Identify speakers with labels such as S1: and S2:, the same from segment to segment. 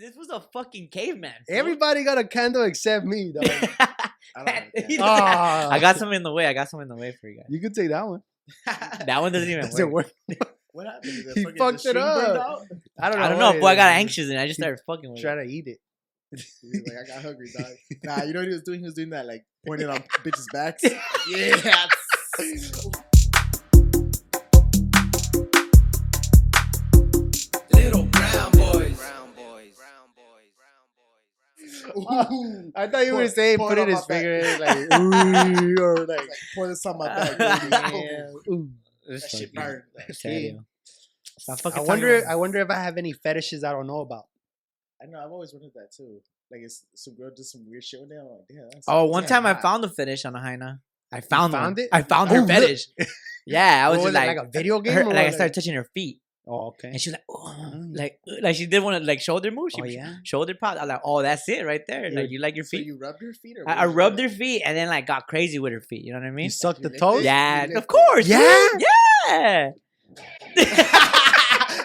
S1: this was a fucking caveman. fool.
S2: Everybody got a candle except me, dog.
S3: I don't have a
S1: He
S3: candle.
S1: doesn't have-
S2: Ah,
S1: I got some in the way. I got some in the way for you guys.
S2: You could take that one.
S1: That one doesn't even
S2: Doesn't
S1: work.
S2: work.
S3: What happened? The
S2: He
S3: fucking- the
S2: fucked it
S3: string burned
S2: up.
S3: out?
S2: I don't know.
S1: I don't know,
S2: what it
S1: boy. I got
S2: is.
S1: anxious and I just started fucking with it.
S2: Trying to eat it.
S3: He was like, I got hungry, dog. Nah, you know what he was doing? He was doing that, like pointing on bitches' backs. yeah.
S4: Little brown boys. Brown boys.
S3: Ooh.
S2: I thought you
S3: Pour-
S2: were saying
S3: pour
S2: put in
S3: it on
S2: his
S3: my
S2: finger
S3: back.
S2: in, like, ooh, or
S3: Like,
S2: like,
S3: pour this on my back. baby.
S2: yeah,
S3: Ooh,
S2: ooh.
S3: That shit burned.
S2: See?
S1: Stop fucking
S2: I
S1: talking
S2: wonder.
S1: about
S2: I wonder if I have any fetishes I don't know about.
S3: I know. I've always wondered that too. Like, it's some girl did some weird shit one day. I'm like, damn. That's
S1: Oh, one
S3: damn
S1: time I
S3: hot.
S1: found a fetish on a hyena. I found,
S2: found
S1: one.
S2: it?
S1: I found
S2: Oh,
S1: her
S2: look.
S1: fetish. yeah, I was
S2: What
S1: just
S2: it,
S1: like,
S2: a video game.
S1: her-
S2: or
S1: like I started touching her feet,
S2: Oh, okay.
S1: and she was like, oh, like, like she did one of like shoulder moves. She
S2: Oh
S1: was-
S2: yeah.
S1: shoulder pop. I'm like, oh, that's it right there.
S2: You
S1: Like
S2: would-
S1: you like your
S3: So
S1: feet.
S3: you rubbed her feet, or
S1: I, I rubbed her feet and then like got crazy with her feet. You know what I
S2: You
S1: mean?
S2: suck
S3: you
S2: the
S3: licked
S2: toes.
S3: it?
S1: Yeah,
S3: licked
S1: of
S3: it.
S1: course.
S2: Yeah?
S1: dude, yeah.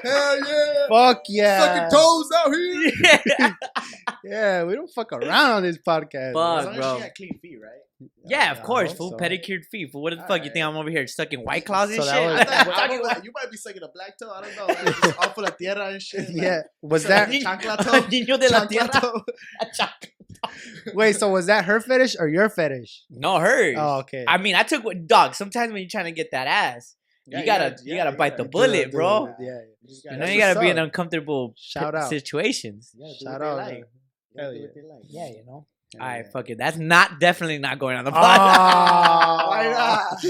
S3: Hell yeah!
S2: Fuck yeah.
S3: Sucking toes out here.
S1: yeah.
S2: Yeah, we don't fuck around on this podcast.
S1: Fuck,
S2: bro.
S3: As long
S1: bro.
S3: as she had clean feet, right?
S1: Yeah, of
S2: I
S1: course.
S2: hope
S1: Full
S2: so.
S1: pedicured feet. Fool, what the fuck you think
S3: Alright.
S1: I'm over here sucking white claws and
S2: So
S1: shit?
S2: that was-
S3: I thought- I
S1: Talking
S3: don't know,
S1: about-
S3: you might be sucking a black toe. I don't know. Like, just off of la tierra and shit. like,
S2: Yeah. Was
S3: That
S2: that
S3: chancla toe.
S1: Niño de la
S3: chancla
S1: tierra.
S3: toe.
S2: wait? So was that her fetish or your fetish?
S1: No hers.
S2: Oh, okay.
S1: I mean, I took what dog. Sometimes when you're trying to get that ass,
S3: Yeah,
S1: you gotta
S3: yeah,
S1: you
S3: yeah,
S1: gotta
S3: you
S1: bite the
S3: gotta
S2: Dude,
S1: bullet,
S2: dude,
S1: bro.
S2: Yeah. yeah.
S3: just
S1: You
S3: gotta
S1: know
S2: that's
S1: you gotta
S2: what's
S1: be in
S2: up.
S1: uncomfortable p-
S2: Shout out.
S1: situations.
S3: Yeah, do
S2: Shout
S3: what they
S2: out.
S3: like. Yeah,
S2: Hell
S3: do
S2: yeah.
S3: what they like.
S1: Yeah, you know.
S2: Hell
S1: All right,
S2: yeah. Oh,
S1: fuck it. That's not definitely not going on the podcast.
S2: Ah,
S3: Why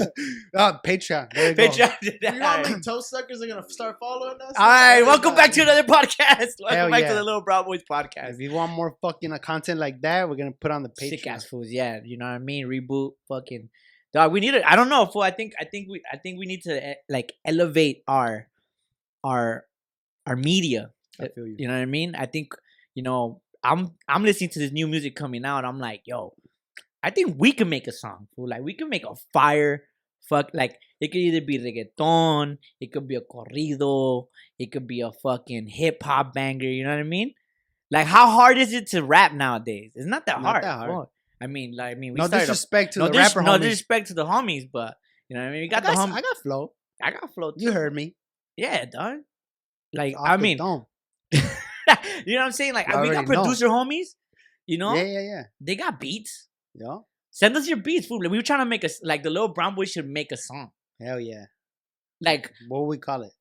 S3: not?
S2: Ah, Patreon. There you go.
S1: Bitch, I did
S3: You know how
S1: that.
S3: many toe suckers are gonna start following us?
S1: All right, welcome back to another podcast. Welcome
S2: Hell
S1: back
S2: yeah.
S1: to the Little Brown Boys podcast.
S2: If you want more fucking uh, content like that, we're gonna put on the Patreon.
S1: sick ass fools. Yeah, you know what I mean. Reboot, fucking dog. We need it. I don't know. Fool. I think. I think we. I think we need to eh, like elevate our, our, our media.
S2: I feel you.
S1: You know what I mean. I think you know. I'm I'm listening to this new music coming out. I'm like, yo, I think we can make a song. Fool. Like we can make a fire. Fuck. Like it could either be reggaeton. It could be a corrido. It could be a fucking hip hop banger. You know what I mean? Like, how hard is it to rap nowadays? It's not that
S2: Not
S1: hard.
S2: that hard.
S1: fuck. I mean, like, I mean, we
S2: no
S1: started. a-
S2: disrespect to
S1: no,
S2: the
S1: dis-
S2: rapper
S1: no
S2: homies.
S1: disrespect to the homies, but you know what I mean. We got
S2: I
S1: the
S2: got,
S1: hom-
S2: s- I got flow.
S1: I got flow.
S2: You heard me.
S1: Yeah, dog. Like,
S2: Off
S1: I
S2: the
S1: mean,
S2: dome.
S1: you know what I'm saying? Like,
S2: You
S1: we got
S2: already know.
S1: producer homies. You know,
S2: yeah, yeah, yeah,
S1: they got beats.
S2: yeah.
S1: Send us your beats, fool. Like, we were trying to make us like the little brown boy should make a song.
S2: Hell yeah.
S1: Like,
S2: What would we call it?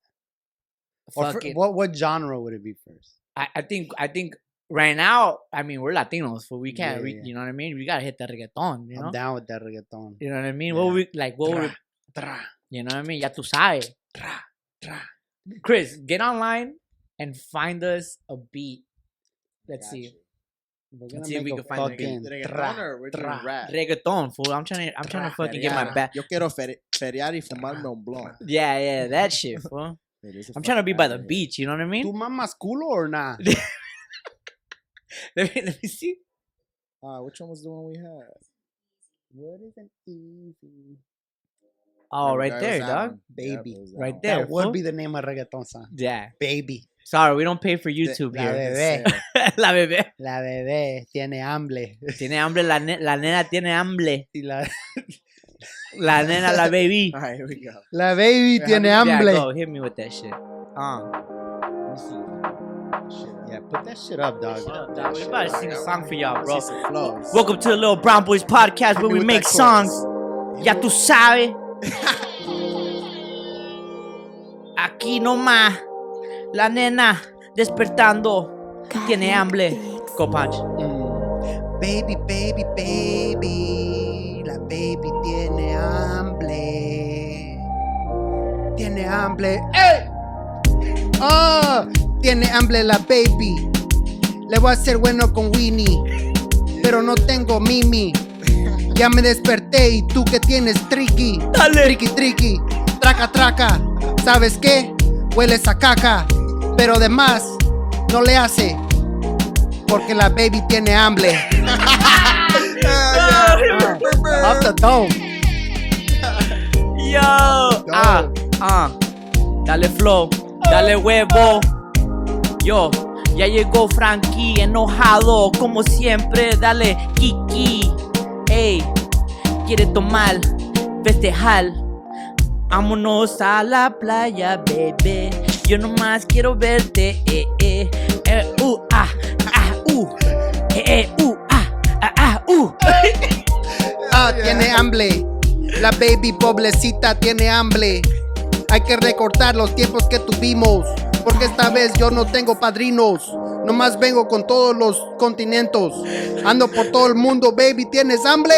S2: Or fir-
S1: fucking,
S2: what what genre would it be first?
S1: I, I think I think right now, I mean, we're Latinos, fool. We can't,
S2: Yeah,
S1: we,
S2: yeah.
S1: you know what I mean? We gotta hit that reggaeton. You know,
S2: I'm down with that reggaeton.
S1: You know what I mean?
S2: Yeah.
S1: What we like? What we?
S2: Tra.
S1: You know what I mean? Ya tú sabes.
S2: Tra. Tra.
S1: Chris, get online and find us a beat. Let's see.
S2: We're
S1: see if we can find
S2: fucking tra. tra-
S1: Reggaeton, fool. I'm trying to. I'm trying to
S2: Tra,
S1: fucking get my
S2: tra.
S1: back.
S3: Yo quiero feri- feriar y fumarme un blunt.
S1: Yeah, yeah, that shit, fool.
S3: It is a
S1: I'm trying to be
S3: fucking
S1: by the
S3: ad, yeah.
S1: beach. You know what I
S2: Tu
S1: mean?
S2: mamas culo or nah?
S1: Let me, let me see.
S3: Uh, which one was the one we had? What is an easy?
S1: Oh,
S3: There we
S1: right
S3: go, it was
S1: there,
S3: that
S1: dog.
S3: one.
S2: Baby.
S3: it was that
S1: Right
S3: one.
S1: there.
S2: that would
S1: fool.
S2: be the name of reggaeton song.
S1: Yeah.
S2: Baby.
S1: Sorry, we don't pay for
S3: The-
S1: YouTube
S3: la
S1: here.
S2: bebé.
S3: bebé.
S1: la bebé.
S2: La bebé tiene hambre.
S1: Tiene hambre. La, ne- la nena tiene hambre.
S2: Y la,
S1: La nena, la baby.
S3: All right, here we go.
S2: la baby
S3: Yeah,
S2: tiene
S1: yeah,
S2: hambre.
S1: go. Hit me with that shit. Um.
S3: Shit, I-
S2: Yeah, put that shit up, dog.
S3: Ah.
S1: Yo, dog, we about to sing a song for y'all,
S3: I
S1: bro.
S3: see some flows.
S1: Welcome to the Little Brown Boys podcast where
S3: Hit me
S1: we
S3: with
S1: make
S3: that
S1: songs.
S3: chorus.
S1: Ya tú sabes. Aquí nomás, la nena despertando tiene hambre. Go punch.
S2: Mm. Baby, baby, baby, la baby tiene hambre. Tiene hambre. ¡Ey! ¡Oh! Tiene hambre la baby. Le voy a hacer bueno con Winnie, pero no tengo Mimi. Ya me desperté y tú que tienes tricky.
S1: Dale.
S2: Tricky, tricky, traca, traca. ¿Sabes qué? Hueles a caca, pero además no le hace. Porque la baby tiene hambre. Off the dome.
S1: Yo. Ah, ah. Dale flow. Dale huevo. Yo. Ya llegó Frankie, enojado, como siempre, dale Kiki. Ey, quiere tomar, festejar. Vámonos a la playa, bebé. Yo nomás quiero verte, eh, eh. Eh, uh, ah, ah, uh. Eh, eh, uh, ah, ah, ah, uh.
S2: Ah, tiene hambre. La baby pobrecita tiene hambre. Hay que recortar los tiempos que tuvimos. Porque esta vez yo no tengo padrinos. Nomás vengo con todos los continentes. Ando por todo el mundo, baby. ¿Tienes hambre?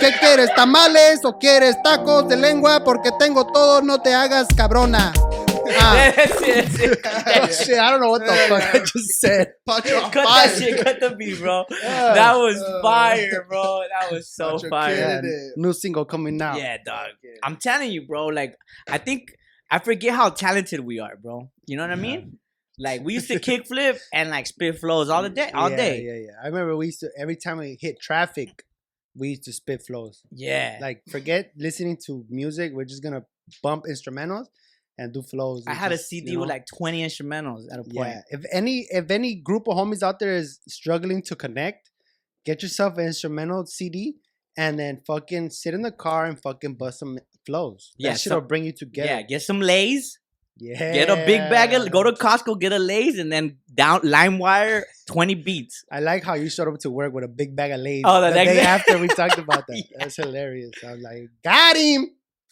S2: ¿Qué quieres? ¿Tamales o quieres tacos de lengua? Porque tengo todo, no te hagas cabrona. Ah,
S1: Sí, sí.
S2: shit, I don't know what the fuck I just said.
S1: Cut that shit, cut the beat, bro. That was
S2: Uh.
S1: fire, bro. That was so
S3: Got your
S1: fire.
S3: kid.
S2: Yeah, new single coming out.
S1: Yeah, dog. I'm telling you, bro. Like, I think I forget how talented we are, bro. You know what I mean? Like, we used to kickflip and like spit flows all the day, all
S2: yeah,
S1: day.
S2: Yeah, yeah. I remember we used to every time we hit traffic, we used to spit flows.
S1: Yeah.
S2: Like forget listening to music. We're just gonna bump instrumentals and do flows.
S1: I
S2: and
S1: had a
S2: just,
S1: CD
S2: you
S1: with
S2: know?
S1: like 20 instrumentals at a point.
S2: yeah. If any if any group of homies out there is struggling to connect, get yourself an instrumental CD and then fucking sit in the car and fucking bust some flows. That
S1: Yeah,
S2: shit
S1: so-
S2: will bring you
S1: Yeah,
S2: together.
S1: get some Lays.
S2: Yeah.
S1: Get a big bag of go to Costco, get a Lays, and then down LimeWire 20 beats.
S2: I like how you showed up to work with a big bag of lays.
S1: Oh, the next
S2: day,
S1: day.
S2: after we talked about that. That's hilarious. I was like, got him.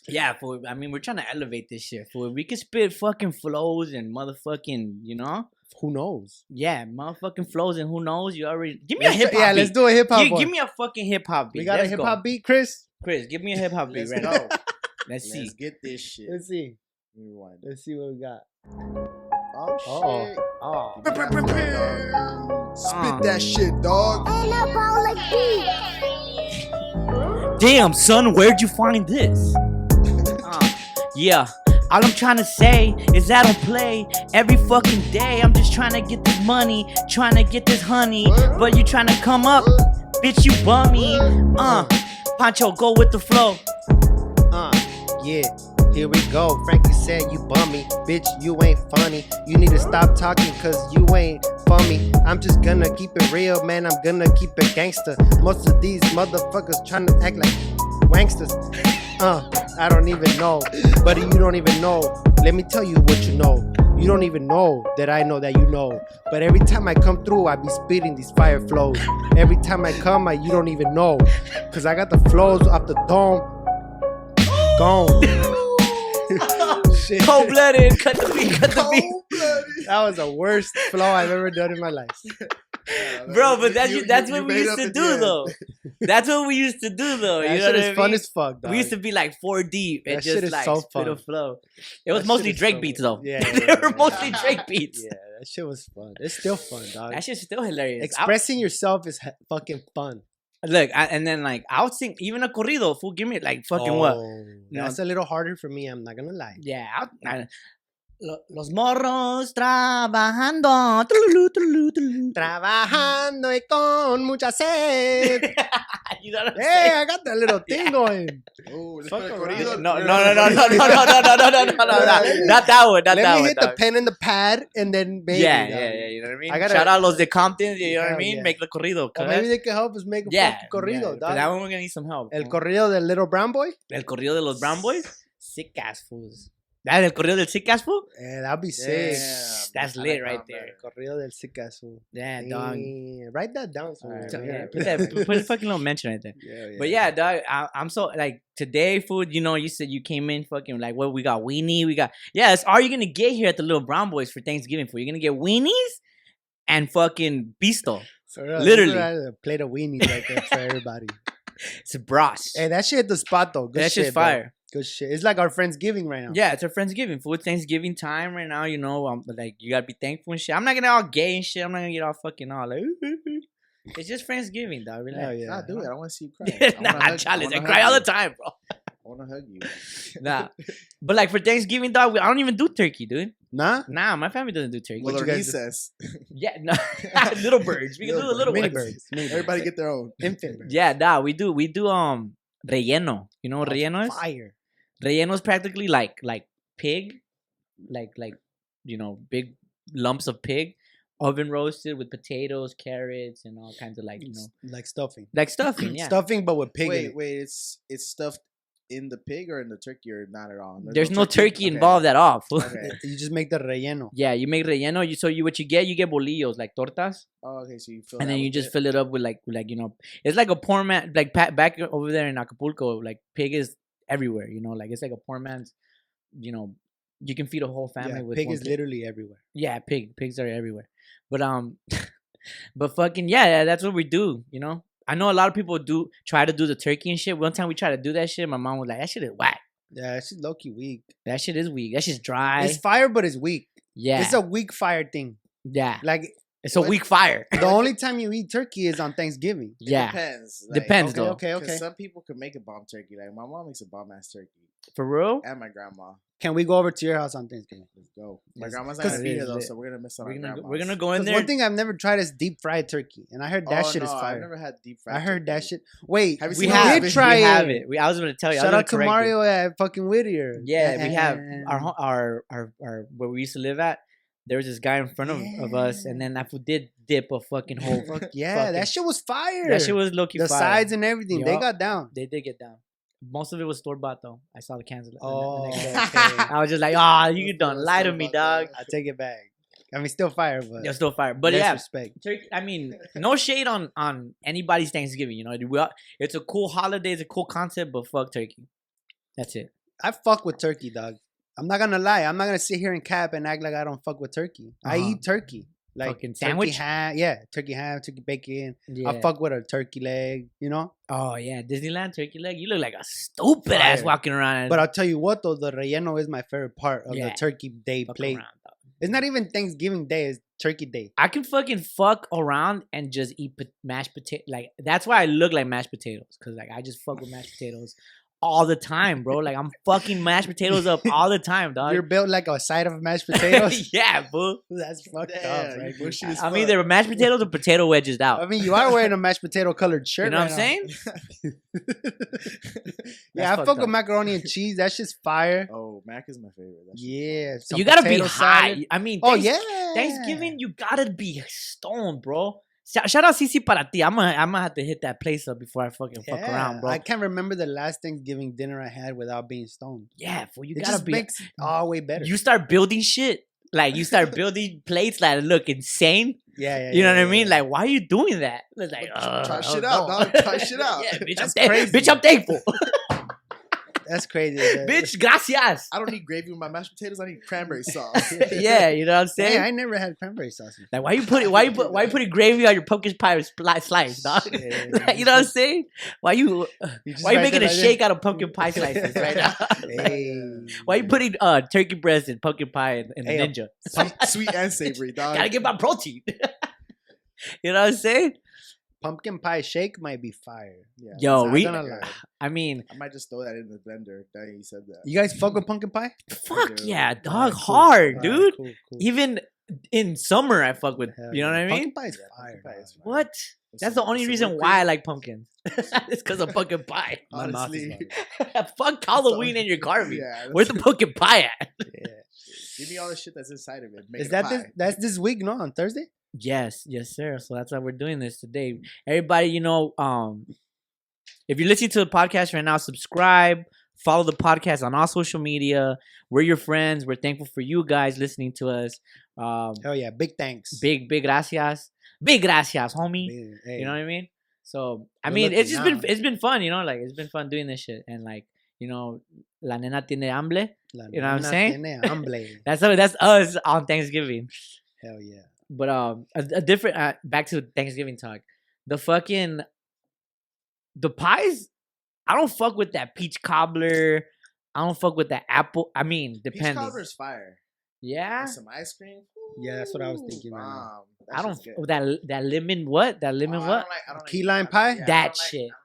S1: Yeah, for I mean, we're trying to elevate this shit. For we can spit fucking flows and motherfucking, you know,
S2: Who knows?
S1: yeah, motherfucking flows and who knows? You already give me
S2: Let's
S1: a
S2: do-
S1: hip hop.
S2: Yeah, let's do a hip hop.
S1: Gi-
S2: one.
S1: give me a fucking hip hop beat.
S2: we got a
S1: Let's
S2: hip
S1: go.
S2: hop beat, Chris.
S1: Chris, give me a hip hop beat
S3: Let's
S1: right
S3: go.
S1: now. Let's see.
S3: Let's get this shit.
S2: Let's see.
S3: Rewind.
S2: Let's see what we got.
S3: Oh,
S2: Uh-oh.
S3: shit.
S2: Oh,
S3: Give me that flow, dog.
S1: Uh.
S3: Spit that shit, dog.
S1: Damn, son, where'd you find this? Uh, yeah. All I'm trying to say is I don't play every fucking day. I'm just trying to get this money, trying to get this honey. But you trying to come up, bitch, you bummy. Uh, Pancho, go with the flow.
S2: uh, yeah. Here we go. Frankie said, You bummy. Bitch, you ain't funny. You need to stop talking because you ain't bummy. I'm just gonna keep it real, man. I'm gonna keep it gangster. Most of these motherfuckers trying to act like wanksters. Uh, I don't even know. But you don't even know. Let me tell you what you know. You don't even know that I know that you know. But every time I come through, I be spitting these fire flows. Every time I come, I you don't even know. Cause I got the flows up the dome. Gone. Shit.
S1: Cold blooded, cut the beat, cut the beat.
S3: Cold blooded.
S2: That was the worst flow I've ever done in my life.
S1: Bro, but that's, that's what we
S3: made
S1: used
S3: up
S1: to
S3: at
S1: do
S3: the end.
S1: though. That's what we used to do though.
S2: That
S1: you know
S2: shit
S1: what
S2: is
S1: I mean?
S2: fun as fuck, dog.
S1: We used to be like four deep and
S2: That shit
S1: just
S2: is
S1: like
S2: so
S1: spit a
S2: fun.
S1: flow. It
S2: That
S1: was
S2: shit
S1: mostly
S2: is
S1: Drake
S2: so
S1: beats
S2: good.
S1: though.
S2: Yeah,
S1: they
S2: yeah,
S1: were
S2: yeah.
S1: mostly Drake beats.
S2: Yeah, that shit was fun. It's still fun, dog.
S1: That shit's still hilarious. I-
S2: Expressing yourself is he- fucking fun.
S1: look, I, and then like I would sing even a corrido. Fool, give me like fucking what?
S2: Oh,
S1: No.
S2: That's a little harder for me. I'm not gonna lie.
S1: Yeah. I, I, Lo- los morros trabajando. Tululú, tululú, tululú.
S2: Trabajando y con mucha sed.
S1: you know what I'm
S2: hey,
S1: saying?
S2: I got that little thing going.
S3: Oh, let's
S2: Fuck
S3: put a
S2: around.
S3: corrido.
S1: No, no, no, no, no, no, no, no, no, no, no, no, no, not that one, not
S2: Let
S1: that
S2: me
S1: one.
S2: hit
S1: dog.
S2: the pen and the pad, and then maybe.
S1: yeah,
S2: dog.
S1: yeah, yeah. You know what I mean?
S2: I gotta-
S1: Shout out los de Compton. You know what I
S2: Hell
S1: mean?
S2: yeah.
S1: Make the corrido.
S2: Or
S1: cuz.
S2: maybe they can help us make a
S1: Yeah,
S2: fucking corrido,
S1: yeah, but
S2: dog.
S1: That one we're gonna need some help.
S2: El
S1: bro.
S2: corrido del little brown boy.
S1: El corrido de los Brown Boys. Sick ass fools. That el corrido del sick ass fool.
S2: Yeah, Eh, that'd be sick.
S3: Yeah,
S1: That's
S3: I like
S1: lit
S3: that
S1: right
S3: one
S1: there.
S3: better.
S2: Corrido del Sicazo.
S1: Yeah, dog.
S2: Damn, Write that down. somewhere.
S3: Alright,
S1: So,
S3: yeah,
S1: yeah,
S3: yeah.
S1: put, that, put- put a fucking little mention right there.
S3: Yeah,
S1: But yeah, dog, I, I'm so like today, food. You know, you said you came in fucking like what we got weenie, we got yeah. That's all you're gonna get here at the Little Brown Boys for Thanksgiving. For you're gonna get weenies and fucking bisto.
S2: For real,
S1: Literally.
S2: that's what I- uh, a plate of weenies right there for everybody.
S1: It's a bros.
S2: hey, that shit the spot though. Good
S1: That's
S2: shit,
S1: just
S2: bro.
S1: fire.
S2: Good shit. It's like our friends giving right now.
S1: Yeah, it's our Friendsgiving. Food Thanksgiving time right now, you know. Um, like you gotta be thankful and shit. I'm not gonna all gay and shit. I'm not gonna get all fucking all like it's just Friendsgiving, dog.
S2: Hell
S1: Relax.
S2: yeah.
S3: Nah, do it. I want to see you cry. I wanna
S1: nah,
S3: hug-
S1: I challenge.
S3: wanna
S1: I
S3: hug
S1: cry all
S3: you.
S1: the time, bro.
S3: I want to hug you.
S1: Nah. But like for Thanksgiving, dog, we, I don't even do turkey, dude.
S2: Nah?
S1: Nah, my family doesn't do turkey.
S2: What
S3: Little
S2: you guys do?
S3: recess.
S1: Yeah, no. little birds. We can do the little
S2: Mini
S1: ones.
S2: birds. Mini birds.
S3: Everybody get their own.
S2: Infant birds.
S1: Yeah, nah, we do. We do um relleno. You know what relleno is?
S2: Fire.
S1: Relleno is practically like like pig, like like you know big lumps of pig, oven roasted with potatoes, carrots, and all kinds of like you know,
S2: like stuffing.
S1: like stuffing. Yeah,
S2: Stuffing, but with pig. in
S3: Wait,
S2: it.
S3: wait, it's it's stuffed in the pig or in the turkey or not at all?
S1: there's no turkey
S3: Okay.
S1: involved at all. fool.
S3: Okay.
S2: You just make the relleno.
S1: Yeah, you make relleno. You so you what you get, you get bolillos like tortas,
S3: Oh, okay, so you fill
S1: and
S3: that
S1: then you
S3: with
S1: just
S3: it.
S1: fill it up with like with, like you know, it's like a poor man like pa- back over there in Acapulco, like pig is everywhere. You know, like it's like a poor man's. You know, you can feed a whole family
S2: Yeah,
S1: with
S2: pig
S1: one
S2: is literally everywhere.
S1: Yeah, pig. Pigs are everywhere. But um, but fucking yeah, yeah, that's what we do. You know, I know a lot of people do try to do the turkey and shit. One time we tried to do that shit. My mom was like, "That shit is whack.
S2: Yeah, it's low key weak.
S1: That shit is weak. That shit's dry."
S2: it's fire, but it's weak.
S1: yeah,
S2: It's a weak fire thing.
S1: yeah.
S2: Like
S1: It's a
S3: what-
S1: weak fire.
S2: the only time you eat turkey is on Thanksgiving.
S1: Yeah,
S3: Depends.
S1: Depends,
S2: Okay,
S1: though.
S2: okay,
S3: 'cause
S2: okay.
S3: Some people can make a bomb turkey. Like my mom makes a bomb ass turkey,
S1: for real.
S3: and my grandma.
S2: Can we go over to your house on Thanksgiving?
S3: Let's go. My
S1: Yes,
S3: grandma's not
S1: 'cause-
S3: gonna be
S1: it
S3: here
S1: is
S3: though,
S1: lit.
S3: so we're gonna miss out.
S1: We're
S3: on
S1: gonna go,
S3: grandma's.
S1: we're gonna go in
S2: 'Cause
S1: there.
S2: One thing I've never tried is deep fried turkey, and I heard that
S3: Oh,
S2: shit is
S3: no,
S2: fire.
S3: I've never had deep fried.
S2: I heard that
S3: turkey.
S2: shit. Wait,
S3: Have you
S1: we
S3: seen
S1: have,
S3: that
S1: it.
S2: did
S3: bitch?
S2: try
S1: we have
S2: it.
S1: it. We, I was gonna tell you. I was
S2: Shout
S1: gonna
S2: out to
S1: correct you.
S2: Mario at fucking Whittier.
S1: Yeah, we have our ho- our our our where we used to live at. There was this guy in front of, of us, and then that fool did dip a fucking whole.
S2: Fuck yeah, that
S1: fucking-
S2: shit was fire.
S1: that shit was low key
S2: the
S1: fire.
S2: sides and everything. They
S1: Yup.
S2: got down.
S1: They did get down. Most of it was store bought though. I saw the cans. the- the- the
S2: Oh,
S1: next
S2: okay.
S1: day.
S2: I
S1: I was just like, ah, you
S3: Let's go,
S1: done
S3: let's
S1: lie
S3: go
S1: to me,
S3: about
S1: dog.
S3: that.
S2: take it back. I mean, still fire, but
S1: They're still fire, but
S2: less
S1: yeah,
S2: respect.
S1: turkey. I mean, no shade on on anybody's Thanksgiving. You know, we all- it's a cool holiday, it's a cool concept, but fuck turkey. That's it.
S2: I fuck with turkey, dog. I'm not gonna lie. I'm not gonna sit here and cap and act like I don't fuck with turkey. I
S1: Uh-huh.
S2: eat turkey, like
S1: Fucking
S2: turkey
S1: sandwich?
S2: ham. Yeah, turkey ham, turkey bacon.
S1: Yeah.
S2: I fuck with a turkey leg, you know.
S1: Oh yeah, Disneyland turkey leg. You look like a stupid ass
S2: Fire.
S1: walking around.
S2: But I'll tell you what, though, the relleno is my favorite part of the
S1: Yeah.
S2: turkey day
S1: fuck
S2: plate.
S1: around, dog.
S2: It's not even Thanksgiving Day; it's Turkey Day.
S1: I can fucking fuck around and just eat pot- mashed potato. Like that's why I look like mashed potatoes, cause like I just fuck with mashed potatoes all the time, bro. Like I'm fucking mashed potatoes up all the time,
S2: You're
S1: dog.
S2: built like a side of mashed potatoes.
S1: yeah, boo.
S2: That's fucked up,
S3: Damn,
S2: right?
S3: you bushy as
S1: I'm
S3: fuck.
S1: either mashed potatoes or potato wedges out.
S2: I mean, you are wearing a mashed potato colored shirt.
S1: you know
S2: right
S1: what I'm
S2: now.
S1: saying?
S2: Yeah,
S1: That's
S2: I fuck
S1: fucked
S2: with
S1: up.
S2: macaroni and cheese. That shit's fire.
S3: Oh, mac is my favorite. That shit's
S2: Yeah, some
S1: you gotta be
S2: potato
S1: high.
S2: salad.
S1: I mean,
S2: Oh
S1: Thanks-
S2: yeah,
S1: Thanksgiving, you gotta be stoned, bro. Shout, shout out CC para ti. I'm gonna, I'm gonna have to hit that place up before I fucking fuck around,
S2: Yeah,
S1: bro.
S2: I can't remember the last Thanksgiving dinner I had without being stoned.
S1: yeah, fool, you
S2: it
S1: gotta
S2: just
S1: be.
S2: makes it all way better.
S1: you start building shit. Like you start building plates that look insane.
S2: yeah, yeah,
S1: You know
S2: yeah,
S1: what I
S2: yeah,
S1: mean?
S2: yeah.
S1: Like, why are you doing that? It's like, uh,
S3: try
S1: I
S3: shit
S1: don't
S3: out,
S1: know.
S3: dog. Try shit out.
S1: yeah, bitch, I'm
S2: That's
S1: thank-
S2: crazy.
S1: bitch, I'm thankful.
S2: that's crazy. that-
S1: bitch, gracias.
S3: I don't need gravy with my mashed potatoes. I need cranberry sauce.
S1: yeah, you know what I'm
S2: Dang,
S1: saying?
S2: I never had cranberry sauce.
S1: like, why you put why you put why you putting gravy on your pumpkin pie spli- slice, dog? Like, you know what I'm saying? Why you why you making a shake out of pumpkin pie slices right now? Why you putting uh turkey breast and pumpkin pie and, and
S2: Hey,
S1: the ninja?
S3: sweet, sweet and savory, dog.
S1: Gotta get my protein. you know what I'm saying?
S2: pumpkin pie shake might be fire.
S3: Yeah,
S1: Yo,
S2: not
S1: Oh, we.
S2: gonna lie.
S1: I mean,
S3: I might just throw that in the blender. Now you said that.
S2: You guys fuck with pumpkin pie?
S1: fuck
S3: do.
S1: yeah, dog,
S2: Alright, cool.
S1: hard,
S2: Alright,
S1: dude.
S2: cool, cool.
S1: Even in summer, I fuck with.
S2: Hell
S1: You know what
S2: yeah.
S1: I mean?
S2: Pumpkin pie is
S3: Yeah,
S2: fire.
S3: pumpkin pie is
S2: dog.
S3: fire.
S1: What?
S3: With
S1: That's
S3: some-
S1: the only
S3: with some
S1: reason
S3: whipped
S1: why I
S3: cream.
S1: like pumpkins. it's because of pumpkin pie.
S2: My mouth is
S3: Honestly.
S2: watering.
S1: fuck Halloween and your garbage.
S3: Yeah,
S1: Where's the pumpkin pie at?
S2: Yeah.
S3: give me all the shit that's inside of it. Make
S2: Is
S3: a
S2: that
S3: pie.
S2: this? That's this week, no? On Thursday?
S1: Yes, yes, sir. So that's why we're doing this today. Everybody, you know, um, if you're listening to the podcast right now, subscribe, follow the podcast on all social media. We're your friends. We're thankful for you guys listening to us. Um,
S2: Hell yeah! Big thanks.
S1: big, big gracias, big gracias, homie.
S2: Man, hey.
S1: You know what I mean? So I
S2: We're
S1: mean, it's just
S2: looking
S1: been
S2: now.
S1: it's been fun, you know, like it's been fun doing this shit and like you know, la nena tiene hambre.
S2: La
S1: You know what I'm
S2: nena
S1: saying?
S2: tiene hambre.
S1: That's how- that's us on Thanksgiving.
S2: Hell yeah!
S1: But um, a, a different uh, back to Thanksgiving talk. The fucking the pies. I don't fuck with that peach cobbler. I don't fuck with that apple. I mean,
S3: Peach
S1: depending.
S3: cobbler's fire.
S1: yeah,
S3: With some ice cream.
S2: Yeah, that's what I was
S3: Ooh,
S2: thinking right now.
S3: bomb. That
S1: I don't
S3: shit's good.
S1: f- that that lemon what that lemon
S3: Oh, I
S1: what.
S3: don't like- I don't like
S2: Key
S3: key
S2: lime
S3: I-
S2: pie?
S3: yeah, I
S1: That
S3: don't like-
S1: shit.
S3: I don't like key lime pie.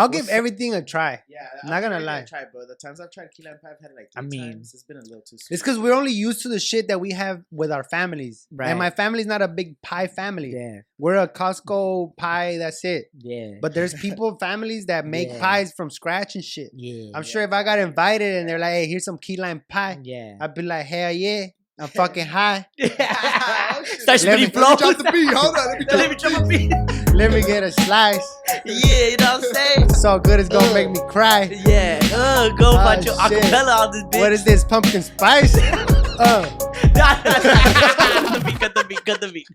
S2: I'll give
S1: What's-
S2: everything a try.
S3: Yeah,
S2: I'm not gonna lie.
S3: Try, bro. The times I've tried key lime pie, I've had it like
S1: I
S3: three
S1: mean,
S3: times. It's been a little too sweet.
S2: It's because we're only used to the shit that we have with our families.
S1: Right.
S2: And my family's not a big pie family.
S1: Yeah,
S2: We're a Costco pie. That's it.
S1: yeah,
S2: But there's people, families that make
S1: Yeah.
S2: pies from scratch and shit.
S1: yeah, Mm.
S2: I'm sure if I got invited and they're like, "Hey, here's some key lime pie,"
S1: yeah.
S2: I'd be like, "Hell yeah!" I'm fucking high.
S1: Starts
S2: Let me
S1: spitting flows.
S3: Drop the beat. Hold on. Let me
S1: Let me
S3: drop.
S1: drop a beat.
S2: Let me get a slice.
S1: Yeah, you know what I'm saying?
S2: So good it's gonna
S3: Ugh.
S2: make me cry.
S1: Yeah, uh, go
S2: Ah,
S1: find your
S2: shit.
S1: acapella on this bitch.
S2: What is this pumpkin spice? uh,
S1: cut the beat, cut the beat, cut the beat.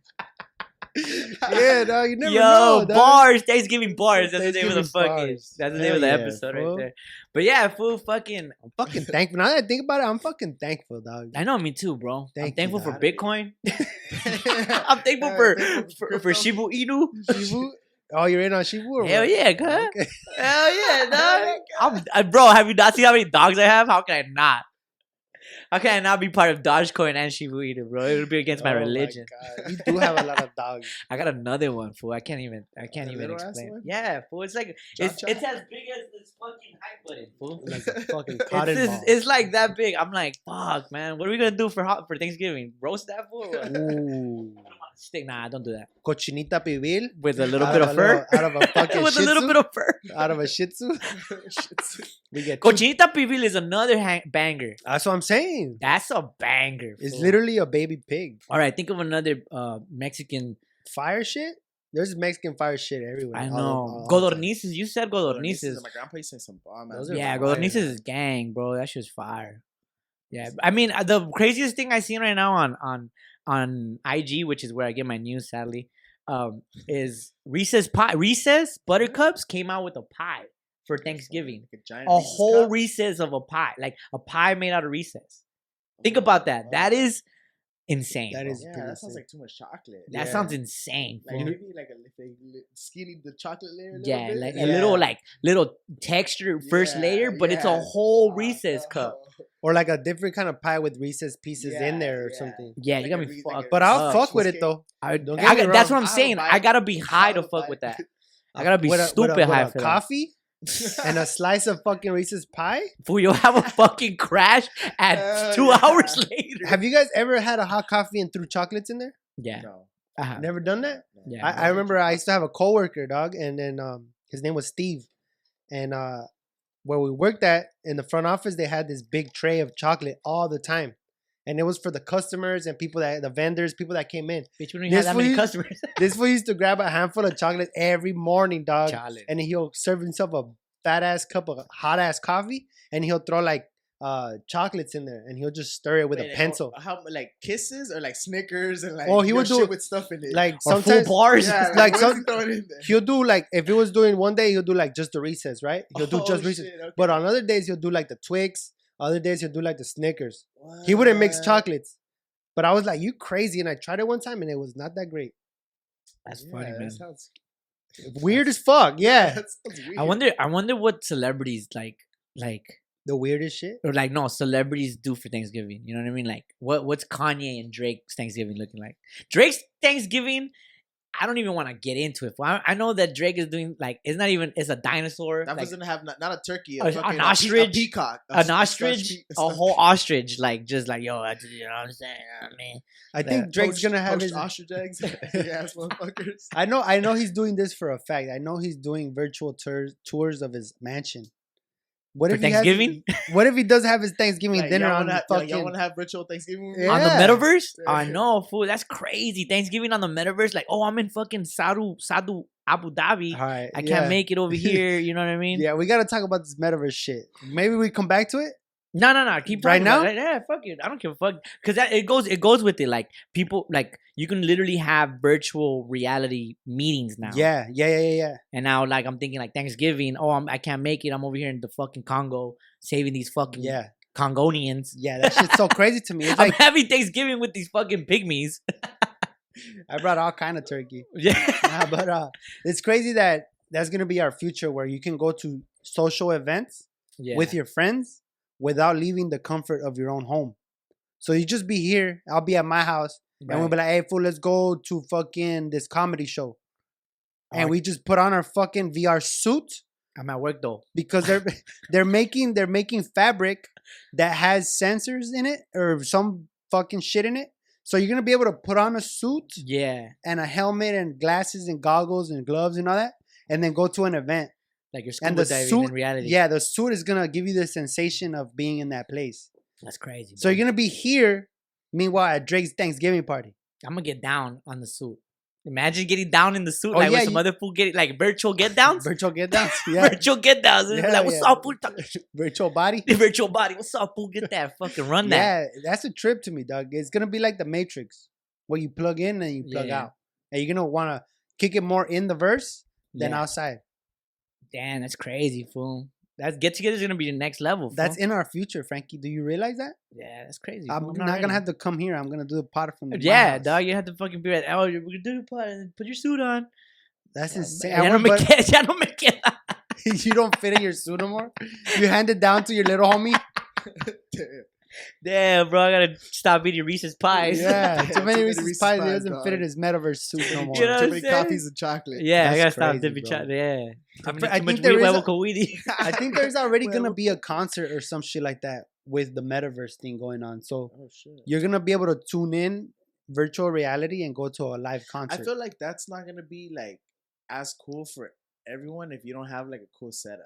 S2: yeah, dog. You never know.
S1: Yo,
S2: dog.
S1: bars, Thanksgiving bars. That's the name of the
S2: Thanksgiving
S1: fucking.
S2: bars.
S1: That's the
S2: Hell
S1: name of the
S2: yeah,
S1: episode right
S2: fool.
S1: there. But yeah, fool, fucking.
S2: I'm fucking thankful. Now that I think about it, I'm fucking thankful, dog.
S1: I know me too, bro.
S2: Thank
S1: I'm
S2: you,
S1: thankful for
S2: dog.
S1: Bitcoin. I'm thankful for for, for Shiba Inu.
S2: Shibu? Oh, you're in on Shibu? Or
S1: Hell
S2: what?
S1: yeah, cuz.
S2: Okay.
S1: Hell yeah, dog. I'm, I, bro, have you not seen how many dogs I have? How can I not? How can I not be part of Dogecoin and Shiba Inu, bro? It would be against my
S2: Oh my
S1: religion.
S2: God, You do have a lot of dogs.
S1: I got another one, fool. I can't even. I can't
S3: A
S1: even
S3: little ass
S1: explain.
S3: one?
S1: Yeah, fool. It's like it's,
S3: Cha-cha?
S1: it's as big as this fucking hype button, fool.
S2: Like a fucking
S1: It's,
S2: cotton
S1: this,
S2: ball.
S1: it's like that big. I'm like, fuck, man. What are we gonna do for hot for Thanksgiving? Roast that fool? or what? Put
S2: Ooh.
S1: 'em on a Stick? Nah, don't do that.
S2: Cochinita pibil.
S1: With a little
S2: Out
S1: bit
S2: of
S1: of
S2: a little-
S1: fur.
S2: out of a fucking
S1: With a
S2: Shih
S1: little
S2: Tzu?
S1: bit of fur.
S2: Out of a shih tzu. We get two-
S1: Cochinita pibil is another hang- banger.
S2: That's what I'm saying.
S1: That's a banger.
S2: It's
S1: fool.
S2: literally a baby pig.
S1: All right, think of another uh, Mexican.
S2: Fire shit? There's Mexican fire shit everywhere.
S1: I
S2: all
S1: know
S2: over- all over the place.
S1: Godornices. You said
S3: Nices.
S1: Godornices.
S3: My grandpa used to make some bomb. ass
S2: Those are
S3: shit.
S1: Yeah,
S2: fire.
S1: Golden is gang, bro. That shit's fire. Yeah, I mean uh, the craziest thing I seen right now on on on IG, which is where I get my news, sadly, um, is Reese's pie. Reese's Buttercups came out with a pie for Thanksgiving.
S3: Like a giant
S1: A
S3: Reese's
S1: whole
S3: cup.
S1: Reese's of a pie, like a pie made out of Reese's. Think about that. That is insane.
S2: Oh, That
S1: bro.
S2: is-
S3: Yeah,
S2: pretty
S3: that sounds
S2: sick.
S3: like too much chocolate.
S1: That
S2: yeah.
S1: sounds insane.
S3: Like
S1: fool.
S3: maybe like a, if they li- skinny the chocolate layer. A little
S1: yeah,
S3: bit.
S1: like
S2: Yeah.
S1: a little like little texture first
S3: Yeah,
S1: layer, but it's a
S3: yeah.
S1: whole
S3: Ah,
S1: Reese's
S3: ah,
S1: cup.
S3: ah.
S2: Or like a different kind of pie with recessed pieces in
S3: Yeah,
S2: there or
S3: yeah.
S2: something.
S1: Yeah, you
S3: Like
S1: got
S3: a
S1: me
S3: Reese- like
S1: fucked.
S3: a
S2: But I'll
S1: up.
S2: fuck with it
S3: cheesecake.
S2: though.
S1: I,
S2: Don't
S1: I
S2: get me
S1: got- that's what
S2: wrong,
S1: I'm
S3: I would
S1: saying.
S3: buy
S1: I
S3: it.
S1: gotta be high
S3: I
S1: to
S3: would
S1: fuck
S3: buy
S1: with
S3: it.
S1: that. I gotta be
S2: With a- with a-
S1: stupid
S2: with a
S1: high for that.
S2: coffee and a slice of fucking Reese's pie.
S1: Fool, you'll have a fucking crash at
S3: Hell
S1: two
S3: Uh, yeah.
S1: hours later.
S2: Have you guys ever had a hot coffee and threw chocolates in there?
S1: yeah,
S3: No,
S1: uh-huh.
S2: Never done that?
S3: no.
S1: Yeah.
S2: I, I remember I used to have a coworker, dog, and then um, his name was Steve, and uh, where we worked at in the front office, they had this big tray of chocolate all the time, and it was for the customers and people that the vendors, people that came in.
S1: bitch. We don't even have
S2: This
S1: that many
S2: week-
S1: customers.
S2: This fool used to grab a handful of chocolate every morning,
S3: uh,
S2: dog,
S1: Chale.
S2: and he'll serve himself a fat ass cup of hot ass coffee, and he'll throw like uh chocolates in there, and he'll just stir it with
S3: Wait,
S2: a
S3: like,
S2: pencil.
S3: oh, How like kisses or like Snickers and like
S2: Oh, he
S3: your
S2: would do
S3: shit
S2: it-
S3: with stuff in it.
S2: Like
S1: Or full
S2: sometimes
S1: bars.
S3: yeah,
S2: like
S3: like, what is
S2: some-
S3: he throwing in there?
S2: he'll do like if it was doing one day he'll do like just the recess, right? He'll do
S3: Oh,
S2: just recess.
S3: shit, okay.
S2: But on other days, he'll do like the Twix. Other days, he'll do like the Snickers. He wouldn't mix
S3: What?
S2: chocolates. But I was like, you crazy. And I tried it one time and it was not that great.
S1: That's
S3: Yeah,
S1: funny,
S3: that
S1: man.
S3: sounds-
S2: Weird as fuck. Yeah.
S3: that sounds
S1: I
S3: weird.
S1: wonder. I wonder what celebrities like, like,
S2: The weirdest shit.
S1: or like no celebrities do for Thanksgiving. You know what I mean? Like, what what's Kanye and Drake's Thanksgiving looking like? Drake's Thanksgiving. I don't even want to get into it. I, I know that Drake is doing like it's not even it's a dinosaur.
S3: That
S1: like,
S3: doesn't have not, not a turkey,
S1: a-
S3: a
S1: an
S3: fucking, a pe-
S1: ostrich,
S3: a peacock, a
S1: an
S3: s- a stuffed
S1: ostrich,
S3: pe-
S1: a
S2: Oh,
S3: stuffed
S1: whole ostrich, like just like yo, I just- you know what I'm saying, I mean,
S2: I think
S1: Yeah.
S2: Drake's
S3: poached-
S2: gonna have
S3: poached
S2: his.
S3: ostrich eggs. yes, motherfuckers.
S2: I know. I know he's doing this for a fact. I know he's doing virtual tours tours of his mansion. What
S1: for
S2: if he has-
S1: Thanksgiving
S2: what if he does have his Thanksgiving
S3: Like,
S2: dinner
S3: y'all
S2: on
S3: wanna
S2: the
S3: have,
S2: fucking?
S3: Y'all want to have virtual Thanksgiving?
S2: Yeah.
S1: on the metaverse. I
S3: Yeah.
S1: know, fool, that's crazy. Thanksgiving on the metaverse, like oh, I'm in fucking Sadu Sadu Abu Dhabi.
S3: Uh-huh.
S2: All right,
S1: I
S2: yeah.
S1: can't make it over here. You know what I mean?
S2: Yeah, we gotta talk about this metaverse shit. Maybe we come back to it.
S1: No, no, no. Keep
S2: Right
S1: talking about it. Yeah, fuck it. I don't give a fuck because that it goes. It goes with it. Like people, like you can literally have virtual reality meetings now.
S2: Yeah, yeah, yeah, yeah, yeah.
S1: And now, like I'm thinking, like Thanksgiving. Oh, I'm, I can't make it. I'm over here in the fucking Congo saving these fucking
S2: Yeah,
S1: Congonians.
S2: yeah. That shit's so crazy to me. It's
S1: I'm
S2: like
S1: having Thanksgiving with these fucking pygmies.
S2: I brought all kind of turkey.
S1: yeah.
S2: nah, but uh, it's crazy that that's gonna be our future where you can go to social events with your friends without leaving the comfort of your own home. So you just be here. I'll be at my house, and we'll be like, "Hey, fool, let's go to fucking this comedy show," and
S1: Oh,
S2: we just put on our fucking VR suit
S1: I'm at work though.
S2: because they're they're making they're making fabric that has sensors in it or some fucking shit in it. So you're gonna be able to put on a suit
S1: Yeah.
S2: and a helmet and glasses and goggles and gloves and all that, and then go to an event.
S1: Like you're
S2: And
S1: scuba
S2: the
S1: diving
S2: suit-
S1: in reality.
S2: Yeah, the suit is gonna give you the sensation of being in that place.
S1: That's crazy.
S2: So
S1: bro.
S2: you're gonna be here Meanwhile, at Drake's Thanksgiving party.
S1: I'm gonna get down on the suit. Imagine getting down in the suit
S2: Oh,
S1: like
S2: yeah,
S1: with some
S2: you-
S1: other fool getting like virtual get downs.
S2: Virtual get downs. Yeah.
S1: Virtual get downs.
S2: Yeah,
S1: like, what's
S2: yeah.
S1: up, fool? Talk-
S2: Virtual body.
S1: Virtual body. What's up, fool? Get that fucking run that.
S2: Yeah, that's a trip to me, dog. It's gonna be like the Matrix, where you plug in and you plug
S1: Yeah.
S2: out, and you're gonna wanna kick it more in the verse than
S1: Yeah.
S2: outside.
S1: Damn, that's crazy, fool. That's get together is gonna be the next level.
S2: That's
S1: fool.
S2: in our future, Frankie. Do you realize that?
S1: Yeah, that's crazy.
S2: I'm
S1: fool.
S2: not
S1: ready.
S2: gonna have to come here. I'm gonna do the pot from the
S1: Yeah, dog, you have to fucking be right. Oh, we're gonna do the pot and put your suit on.
S2: That's insane.
S1: Ya
S2: I
S1: no
S2: went,
S1: me
S2: but
S1: queda, ya no me queda.
S2: you don't fit in your suit no more. You hand it down to your little homie.
S1: Damn, bro, I gotta stop eating Reese's pies.
S2: Yeah, too
S3: Too
S2: many
S3: many
S2: Reese's
S3: Reese's
S2: pies. He
S3: Pies,
S2: doesn't fit in
S3: dog.
S2: his metaverse suit no more.
S1: You know what
S3: Too
S1: I'm
S3: many
S1: saying?
S3: copies of chocolate.
S1: Yeah, I gotta
S2: That's
S1: stop
S2: crazy,
S1: dipping
S2: bro.
S1: chocolate. Yeah,
S2: I
S1: I'm
S2: fr-
S1: eating
S2: I
S1: too
S2: think
S1: much
S2: there
S1: weed,
S2: is
S1: huevo
S2: a-
S1: con weedy.
S2: I think there's already gonna
S3: Well-
S2: be a concert or some shit like that with the metaverse thing going on. So
S3: Oh shit.
S2: you're gonna be able to tune in virtual reality and go to a live
S3: I
S2: concert.
S3: feel like that's not gonna be like as cool for everyone if you don't have like a cool setup.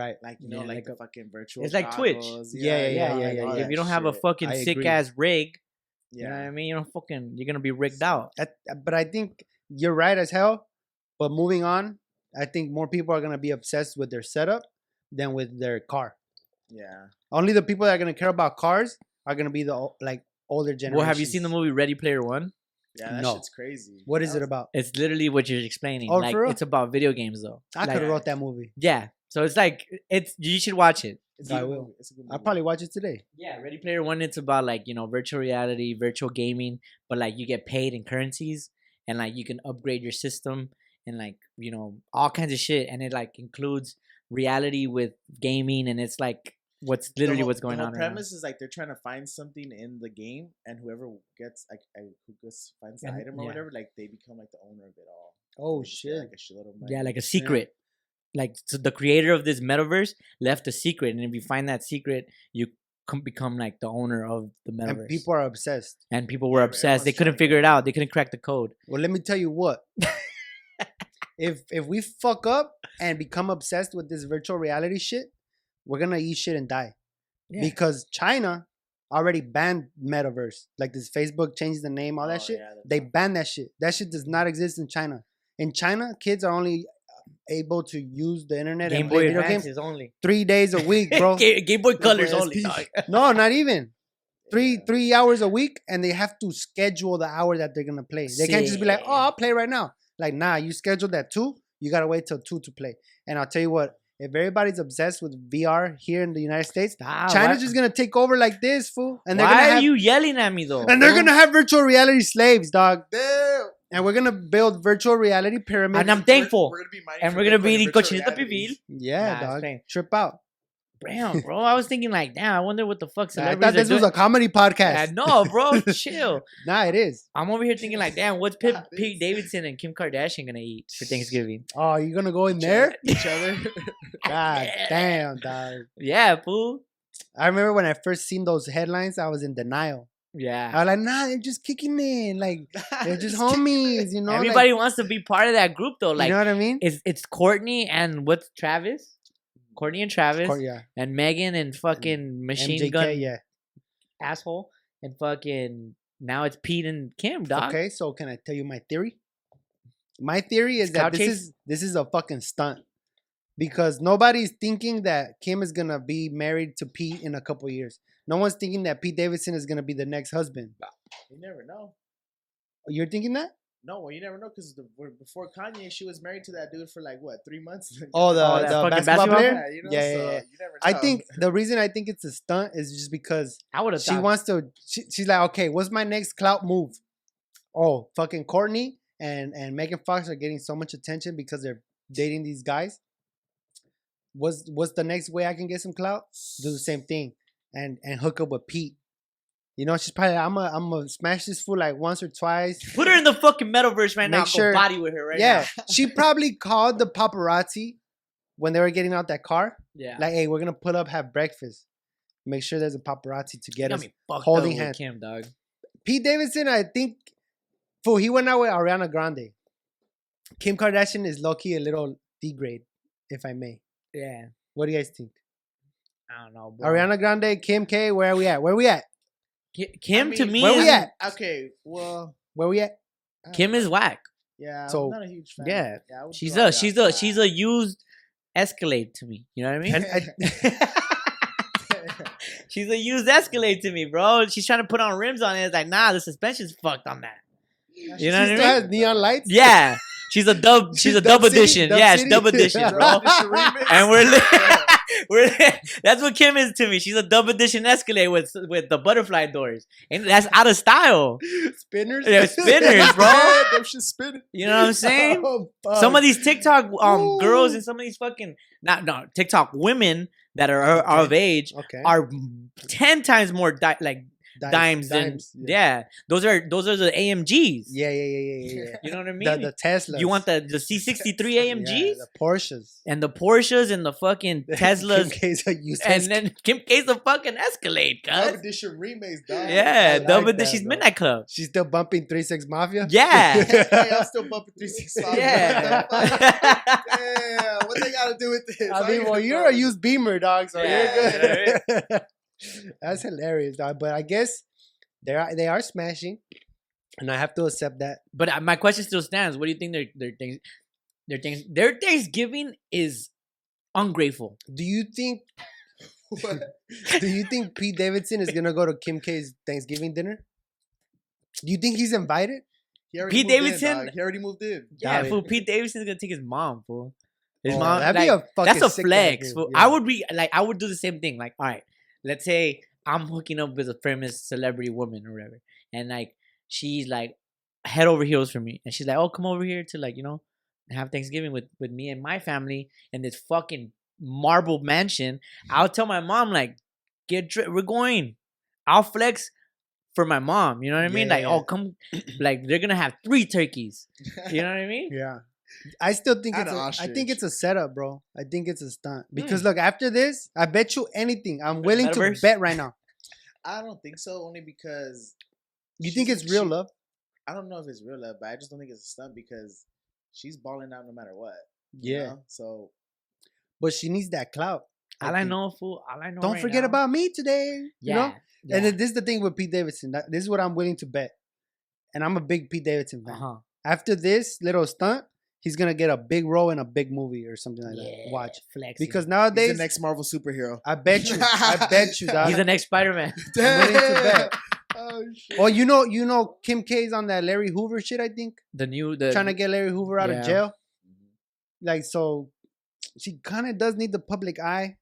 S2: right.
S3: Like you
S1: Yeah,
S3: know, like,
S1: like
S3: the
S1: a-
S3: fucking virtual.
S1: It's like Twitch.
S3: goggles,
S2: Yeah, yeah,
S3: you
S2: yeah,
S3: know,
S2: yeah,
S3: like
S2: yeah,
S3: all
S2: yeah.
S1: if
S3: that
S1: you don't have a
S3: shit.
S1: fucking
S2: I
S1: sick
S2: agree.
S1: ass rig,
S3: yeah.
S1: you know what I mean? You don't fucking, you're gonna be rigged out.
S2: That, but I think you're right as hell. But moving on, I think more people are gonna be obsessed with their setup than with their car.
S3: yeah.
S2: Only the people that are gonna care about cars are gonna be the o- like older generation.
S1: Well, have you seen the movie Ready Player One?
S3: Yeah, that
S2: No.
S3: shit's crazy.
S2: What is
S3: That
S2: it
S3: was-
S2: about?
S1: It's literally what you're explaining.
S2: Oh,
S1: like
S2: for real?
S1: it's about video games though.
S2: I
S1: Like-
S2: could have wrote that movie.
S1: Yeah. So it's like it's you should watch it.
S3: It's
S2: I
S3: a good
S2: will.
S3: movie. It's a good
S2: I'll
S3: movie.
S2: probably watch it today.
S1: Yeah, Ready Player One. It's about like you know virtual reality, virtual gaming, but like you get paid in currencies, and like you can upgrade your system, and like you know all kinds of shit, and it like includes reality with gaming, and it's like what's
S3: The
S1: literally
S3: whole-
S1: what's
S3: the
S1: going
S3: whole
S1: on. right now.
S3: premise is like they're trying to find something in the game, and whoever gets like I, who gets finds the
S1: And-
S3: item or
S1: yeah.
S3: whatever, like they become like the owner of it all.
S2: Oh
S3: They just get,
S2: shit!
S3: Like a shitload of money.
S1: Yeah, like a secret. Like so the creator of this metaverse left a secret, and if you find that secret, you com- become like the owner of the metaverse.
S2: And people are obsessed.
S1: and people were
S3: Yeah,
S1: obsessed. They
S3: everyone's
S1: couldn't
S3: trying to
S1: figure it out. They couldn't crack the code.
S2: Well, let me tell you what. if if we fuck up and become obsessed with this virtual reality shit, we're gonna eat shit and die.
S1: Yeah.
S2: Because China already banned metaverse. Like this Facebook changed the name, all that
S3: Oh,
S2: shit.
S3: yeah, that's
S2: they
S3: right.
S2: banned that shit. That shit does not exist in China. In China, kids are only able to use the internet
S1: Game
S2: and play
S1: Boy
S2: video games
S1: Advances only.
S2: three days a week, bro.
S1: Game, Game Boy Colors
S3: Boy
S1: only.
S3: SP.
S1: dog.
S2: no, not even. Three
S3: Yeah.
S2: three hours a week, and they have to schedule the hour that they're gonna play. They can't just be like, "Oh,
S1: Sick.
S2: I'll play right now." Like, nah, you scheduled that two. You gotta wait till two to play. And I'll tell you what, if everybody's obsessed with VR here in the United States,
S1: Nah,
S2: China's
S1: Ah, why-
S2: just gonna take over like this, fool. And they're
S1: why
S2: gonna
S1: are
S2: have,
S1: you yelling at me though?
S2: and they're
S1: fool?
S2: gonna have virtual reality slaves, dog.
S3: Damn.
S2: And we're gonna build virtual reality pyramids.
S1: And I'm
S3: We're-
S1: thankful.
S3: we're gonna be mining
S1: and
S3: for
S1: we're gonna be
S3: Bitcoin and
S1: eating
S3: virtual
S1: cochinita
S3: realities.
S1: pibil. Nah,
S2: yeah,
S1: it's
S2: dog.
S1: plain.
S2: Trip out.
S1: Damn, bro. I was thinking like, damn. I wonder what the fuck
S2: I
S1: celebrities
S2: thought this
S1: are
S2: was
S1: doing.
S2: a comedy
S1: Yeah,
S2: podcast.
S1: no, bro, chill.
S2: Nah, it is.
S1: I'm over here thinking like, damn, what's Pip,
S3: Stop it.
S1: Pete Davidson and Kim Kardashian gonna eat for Thanksgiving?
S2: Oh, you gonna go in there?
S3: Each other.
S2: God damn, dog.
S1: Yeah, fool.
S2: I remember when I first seen those headlines, I was in denial. I
S1: Yeah.
S2: was like, nah, they're just kicking in. Like, they're just homies, you know? like-
S1: Everybody wants to be part of that group though. Like,
S2: you know what I mean?
S1: it's it's Courtney and what's Travis? Courtney and Travis
S2: Cor- yeah.
S1: and Megan and fucking machine
S2: MJK,
S1: gun
S2: yeah.
S1: asshole and fucking now it's Pete and Kim, dog.
S2: Okay, so can I tell you my theory? My theory is
S1: It's
S2: that
S1: couch
S2: this
S1: chase?
S2: is this is a fucking stunt. Because nobody's thinking that Kim is gonna be married to Pete in a couple years. No one's thinking that Pete Davidson is gonna be the next husband.
S3: you never know.
S2: You're thinking that?
S3: No, well, you never know because before Kanye, she was married to that dude for like what three months.
S2: Oh, the,
S1: Oh, that
S2: the
S1: fucking
S2: basketball,
S1: basketball
S2: player?
S3: Yeah, you know,
S2: yeah, yeah,
S3: so um,
S2: yeah.
S3: You never
S2: I
S3: know.
S2: think the reason I think it's a stunt is just because
S1: I would have
S2: she
S1: thought
S2: wants to. She, she's like, okay, what's my next clout move? Oh, fucking Courtney and and Megan Fox are getting so much attention because they're dating these guys. What's what's the next way I can get some clout? Do the same thing and and hook up with Pete. You know, she's probably I'm a I'm a smash this fool like once or twice.
S1: put her in the fucking metaverse right now.
S2: Make sure-
S1: Go body with her right
S2: yeah,
S1: now.
S2: she probably called the paparazzi when they were getting out that car.
S1: Yeah.
S2: Like, hey, we're gonna pull up, have breakfast. Make sure there's a paparazzi to
S1: You
S2: get
S1: got
S2: us.
S1: me fucked
S2: holding
S1: up
S2: hands.
S1: with Kim, dog.
S2: Pete Davidson, I think, fool, he went out with Ariana Grande. Kim Kardashian is lucky a little degrade, if I may.
S1: Yeah.
S2: What do you guys think?
S1: I don't know, bro.
S2: Ariana Grande, Kim K, where are we at? Where we at?
S1: Ki- Kim to
S3: mean,
S1: me,
S2: where
S1: is,
S2: we at?
S3: Okay, well,
S2: Where we at?
S3: I
S1: Kim is whack.
S3: yeah.
S2: So-
S3: I'm not a huge fan.
S1: yeah,
S3: I would
S1: She's
S3: throw
S1: a
S3: it
S1: she's a
S3: outside.
S1: she's a used Escalade to me. You know what I mean?
S2: And I,
S1: She's a used Escalade to me, bro. She's trying to put on rims on it. It's like, nah, the suspension's fucked on that.
S3: Yeah,
S1: You
S3: she's
S1: know what I
S2: she
S1: mean?
S2: still has neon lights.
S1: Yeah, she's a dub. She's,
S2: She's
S1: a
S2: Dub
S1: dub
S2: City,
S1: edition.
S2: Dub
S1: yeah,
S2: City.
S1: it's dub edition,
S3: Bro,
S1: bro.
S3: this is a remix.
S1: and we're
S3: Yeah.
S1: li- we're that's what Kim is to me. She's a dub edition Escalade with with the butterfly doors, and that's out of style.
S2: Spinners.
S1: Yeah, spinners, bro.
S3: Yeah, them shit spinning.
S1: You know what I'm saying?
S2: Oh, fuck.
S1: Some of these TikTok um
S2: Ooh.
S1: girls and some of these fucking not no TikTok women that are, are, are of age
S2: okay.
S1: are ten times more di- like dimes,
S2: dimes,
S1: than yeah. Those are those are the AMGs.
S2: Yeah, yeah, yeah, yeah, yeah. yeah.
S1: You know what I mean?
S2: The, the Teslas.
S1: you want the the C63 AMGs
S2: Yeah, the Porsches.
S1: and the Porsches and the fucking
S2: In
S1: Teslas
S2: case I use
S1: and then Kim K's a fucking Escalade,
S3: Dub
S1: cuz.
S3: edition remix, dog.
S1: Yeah,
S2: I
S1: double
S2: like
S1: the
S2: that,
S1: she's
S2: bro.
S1: Midnight Club.
S2: She's still bumping Three Six Mafia.
S1: Yeah.
S3: hey, I'm still bumping 365.
S1: Yeah.
S3: What the fuck? Damn, what they gotta do with this?
S2: I mean,
S3: ain't
S2: well,
S3: even
S2: you're a
S3: know.
S2: used Beamer, dog, so
S1: Yeah,
S2: you're good. That's hilarious, dog. But I guess they are they are smashing, and I have to accept that.
S1: but uh, my question still stands. What do you think their their things their things their Thanksgiving is ungrateful?
S2: Do you think
S3: What?
S2: Do you think Pete Davidson is gonna go to Kim K's Thanksgiving dinner? Do you think he's invited?
S3: He already
S1: Pete
S3: moved in,
S1: Davidson-
S3: dog. he already moved in.
S1: Yeah,
S2: Doubt it.
S1: fool. Pete Davidson's gonna take his mom, fool. His
S2: Oh,
S1: mom.
S2: that'd
S1: like,
S2: be a fucking
S1: that's a
S2: sick
S1: flex.
S2: Thanksgiving,
S1: Fool.
S2: yeah.
S1: I would be like, I would do the same thing. Like, all right, let's say I'm hooking up with a famous celebrity woman or whatever, and like she's like head over heels for me, and she's like, oh, come over here to like you know have Thanksgiving with with me and my family in this fucking marble mansion. I'll tell my mom like, get dr- we're going. I'll flex for my mom. You know what I mean?
S2: Yeah,
S1: like,
S2: yeah,
S1: oh, come, like they're gonna have three turkeys. You know what I mean?
S2: Yeah. I still think
S3: Not
S2: it's
S3: an
S2: a, I think
S3: ostrich.
S2: it's a setup, bro. I think it's a stunt. Because look, after this, I bet you anything. I'm willing to
S1: metaverse?
S2: bet right now.
S3: I don't think so, only because
S2: You think
S3: She's-
S2: it's real
S3: she-
S2: love?
S3: I don't know if it's real love, but I just don't think it's a stunt because she's balling out no matter what. you
S2: Yeah.
S3: know? So
S2: But she needs that clout.
S1: All I
S2: think.
S1: know, fool. All I know.
S2: Don't
S1: right
S2: forget
S1: now-
S2: about me today.
S1: Yeah.
S2: You know?
S1: yeah.
S2: And then this is the thing with Pete Davidson. That- This is what I'm willing to bet. And I'm a big Pete Davidson fan.
S1: uh-huh.
S2: After this little stunt, he's gonna get a big role in a big movie or something like
S1: yeah,
S2: that. Watch.
S1: flexing.
S2: Because
S3: he's
S2: nowadays
S3: the next Marvel superhero.
S2: I bet you, I bet you, dog.
S1: he's the next Spider-Man.
S2: willing to bet.
S3: Oh shit.
S2: Well, you know, you know, Kim K's on that Larry Hoover shit. I think
S1: The new the
S2: trying to get Larry Hoover out
S1: Yeah.
S2: of jail. Like so, she kind of does need the public eye.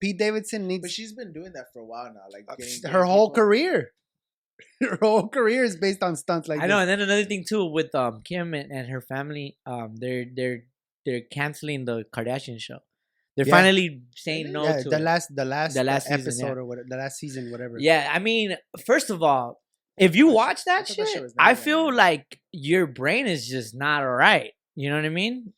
S2: Pete Davidson
S3: But
S2: needs
S3: she's been doing that for a while now. Like
S2: uh,
S3: getting-
S2: sh-
S3: getting
S2: her whole
S3: people-
S2: career. Her whole career is based on stunts like
S1: I know. And then another thing too with um Kim and, and her family, um they're they're they're canceling the Kardashian show. They're
S2: Yeah.
S1: finally saying
S2: this.
S1: no
S2: yeah,
S1: to
S2: the
S1: it.
S2: last, the last,
S1: The last season,
S2: episode
S1: yeah.
S2: or whatever, the last season, whatever.
S1: Yeah, I mean, first of all, if you
S3: I thought-
S1: watch
S3: I
S1: that
S3: thought
S1: shit,
S3: that shit was
S1: I
S3: never gonna
S1: feel
S3: end.
S1: like your brain is just not all right. You know what I mean?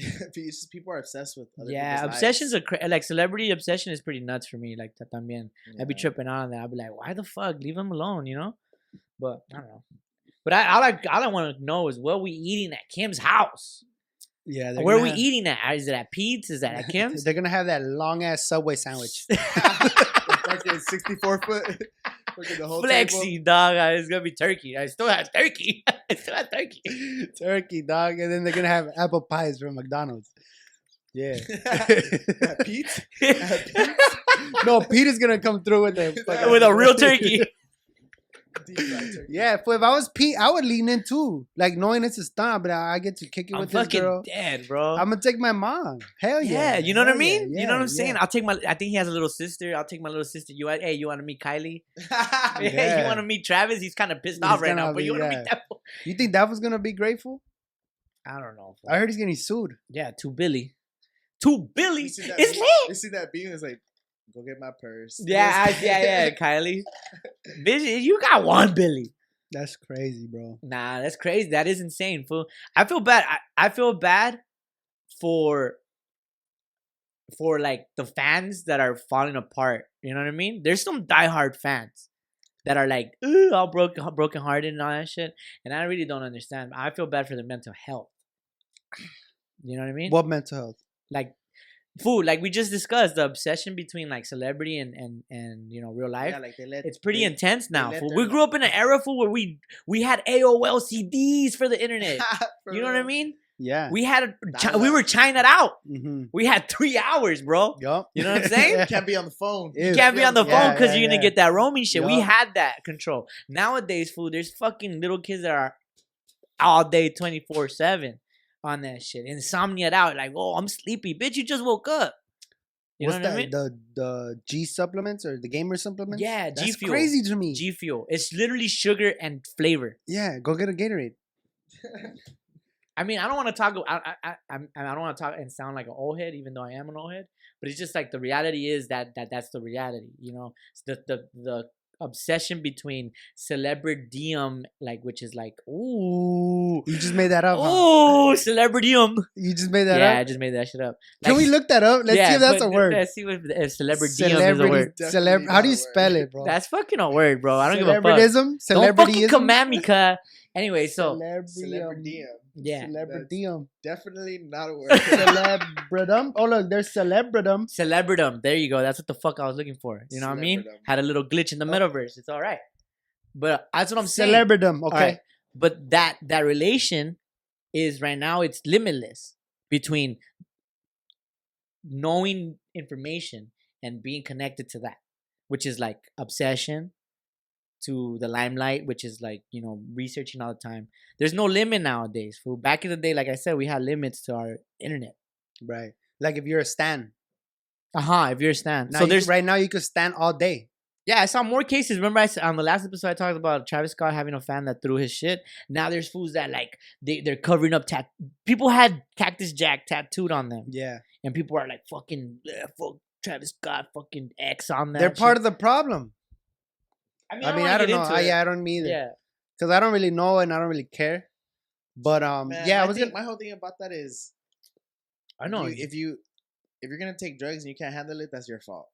S3: It's just people are obsessed with. Other
S1: yeah,
S3: people's
S1: obsessions
S3: lives.
S1: are cra- like celebrity obsession is pretty nuts for me. Like that también.
S3: Yeah.
S1: I'd be tripping out on that. I'd be like, why the fuck? Leave him alone, you know? But I don't know. But I, all I, all I want to know is what we eating at Kim's house.
S2: yeah. they're
S1: Where are we
S2: gonna-
S1: eating at? Is it at Pete's? Is that at Kim's?
S2: They're gonna have that long ass Subway sandwich.
S3: Fucking sixty-four foot. Fucking the whole table.
S1: Flexi, dog. I- It's going to be turkey. I still have turkey. I still have turkey.
S2: Turkey dog, and then they're gonna have apple pies from McDonald's. Yeah.
S3: At Pete's? At Pete's?
S2: no, Peter's gonna come through with the fucking-
S1: With a real turkey.
S3: Deep fried turkey.
S2: Yeah, if, if I was Pete, I would lean in too. Like knowing it's a stunt, but I, I get to kick it
S1: I'm
S2: with this
S1: fucking
S2: girl.
S1: dead, bro.
S2: I'm gonna take my mom. Hell Oh, yeah!
S1: yeah, you know what I
S2: hell yeah,
S1: mean. you know what
S2: yeah,
S1: I'm saying. I'll take my. I think he has a little sister. I'll take my little sister. You, hey, you want to meet Kylie? Yeah. you
S2: Yeah.
S1: want to meet Travis? He's kind of pissed
S2: He's
S1: off right
S2: gonna
S1: now. But you
S2: be-
S1: want to
S2: yeah.
S1: meet that? fool?
S2: yeah. You think that was gonna be grateful?
S1: I don't know. fool.
S2: I heard he's getting sued.
S1: Yeah, to Billy. To Billy.
S3: You
S1: It's
S3: see that
S1: lit.
S3: meme? You see that beam? It's like, go get my purse.
S1: Yeah, I,
S3: It's-
S1: yeah, yeah, Kylie. Bitch, you got one Billy.
S2: That's crazy, bro.
S1: Nah, that's crazy. That is insane, fool. I feel bad. I, I feel bad for for like the fans that are falling apart. You know what I mean? There's some diehard fans that are like, ooh, all broken broken hearted and all that shit. And I really don't understand. I feel bad for their mental health. You know what I mean?
S2: What mental health?
S1: like food like we just discussed the obsession between like celebrity and and and you know real life
S3: Yeah, like they let.
S1: it's pretty
S3: they-
S1: intense now
S3: let
S1: fool.
S3: their
S1: we grew up in an era fool where we we had aol cds for the internet
S3: For
S1: you know what i
S3: real.
S1: mean
S2: Yeah.
S1: we had a, chi-
S3: was
S1: we
S3: us.
S1: were china'd out
S2: mm-hmm.
S1: we had three hours bro
S2: Yup.
S1: You know what I'm saying?
S3: You can't be on the phone.
S2: Yeah.
S1: You can't be on the phone
S2: Yeah,
S1: because
S2: yeah,
S1: you're gonna
S2: yeah.
S1: get that roaming shit. We
S2: Yup.
S1: had that control. Nowadays, fool, there's fucking little kids that are all day, twenty four seven on that shit, insomnia out. Like, oh, I'm sleepy, bitch. You just woke up. You
S2: What's
S1: know what
S2: that?
S1: I mean?
S2: The the G supplements or the gamer supplements?
S1: Yeah, G
S2: That's
S1: Fuel.
S2: crazy to me.
S1: G Fuel. It's literally sugar and flavor.
S2: yeah, go get a Gatorade.
S1: I mean, I don't want to talk. I I I, I'm- I don't want to talk and sound like an old head, even though I am an old head. But it's just like the reality is that that that's the reality. You know, it's the the the obsession between celebrityum, like which is like ooh.
S2: You just made that up. huh?
S1: Oh, celebrityum!
S2: You just made that
S1: Yeah, I
S2: up.
S1: just made that shit up.
S2: Can we look that up? Let's see if that's a word.
S1: Let's see what if celebrityum is a
S2: Celebrity.
S1: word.
S3: Definitely
S2: celeb- How
S3: not
S2: do
S3: a
S2: you
S3: word.
S2: spell it, bro?
S1: That's fucking a word, bro. I don't give a fuck.
S2: Celebrityism.
S1: Don't fucking
S2: Celebrityism?
S1: come at me, cuh. Anyway, so
S2: Celebrityum.
S3: Celebrity.
S1: yeah,
S2: Celebrityum.
S3: Definitely not a word.
S2: Celebritum. Oh look, there's celebritum.
S1: celebritum. There you go. That's what the fuck I was looking for. You know what I mean?
S3: Celebritum.
S1: Had a little glitch in the metaverse. It's all right. But that's what I'm saying.
S2: Celebritum.
S1: All
S2: Okay.
S1: right. But that that relation is right now it's limitless between knowing information and being connected to that, which is like obsession to the limelight, which is like, you know, researching all the time. There's no limit nowadays. Fool. Back in the day, like I said, we had limits to our internet.
S2: Right. Like if you're a stan.
S1: Uh-huh, if you're a stan.
S2: Now
S1: so
S2: you-
S1: there's
S2: right now you could stand all day.
S1: Yeah, I saw more cases. Remember, I s on the last episode I talked about Travis Scott having a fan that threw his shit. Now there's fools that like they they're covering up tat. People had Cactus Jack tattooed on them,
S2: Yeah.
S1: and people are like fucking "Yeah, fuck Travis Scott, fucking X on that.
S2: They're part of the problem.
S1: I mean,
S2: I mean, I don't know. I, yeah, I don't either.
S1: yeah,
S2: Because I don't really know and I don't really care. But um,
S3: Man,
S2: yeah, I
S3: my
S2: was
S3: thing-
S2: gonna.
S3: my whole thing about that is
S1: I know.
S3: you- if you if you're gonna take drugs and you can't handle it, that's your fault.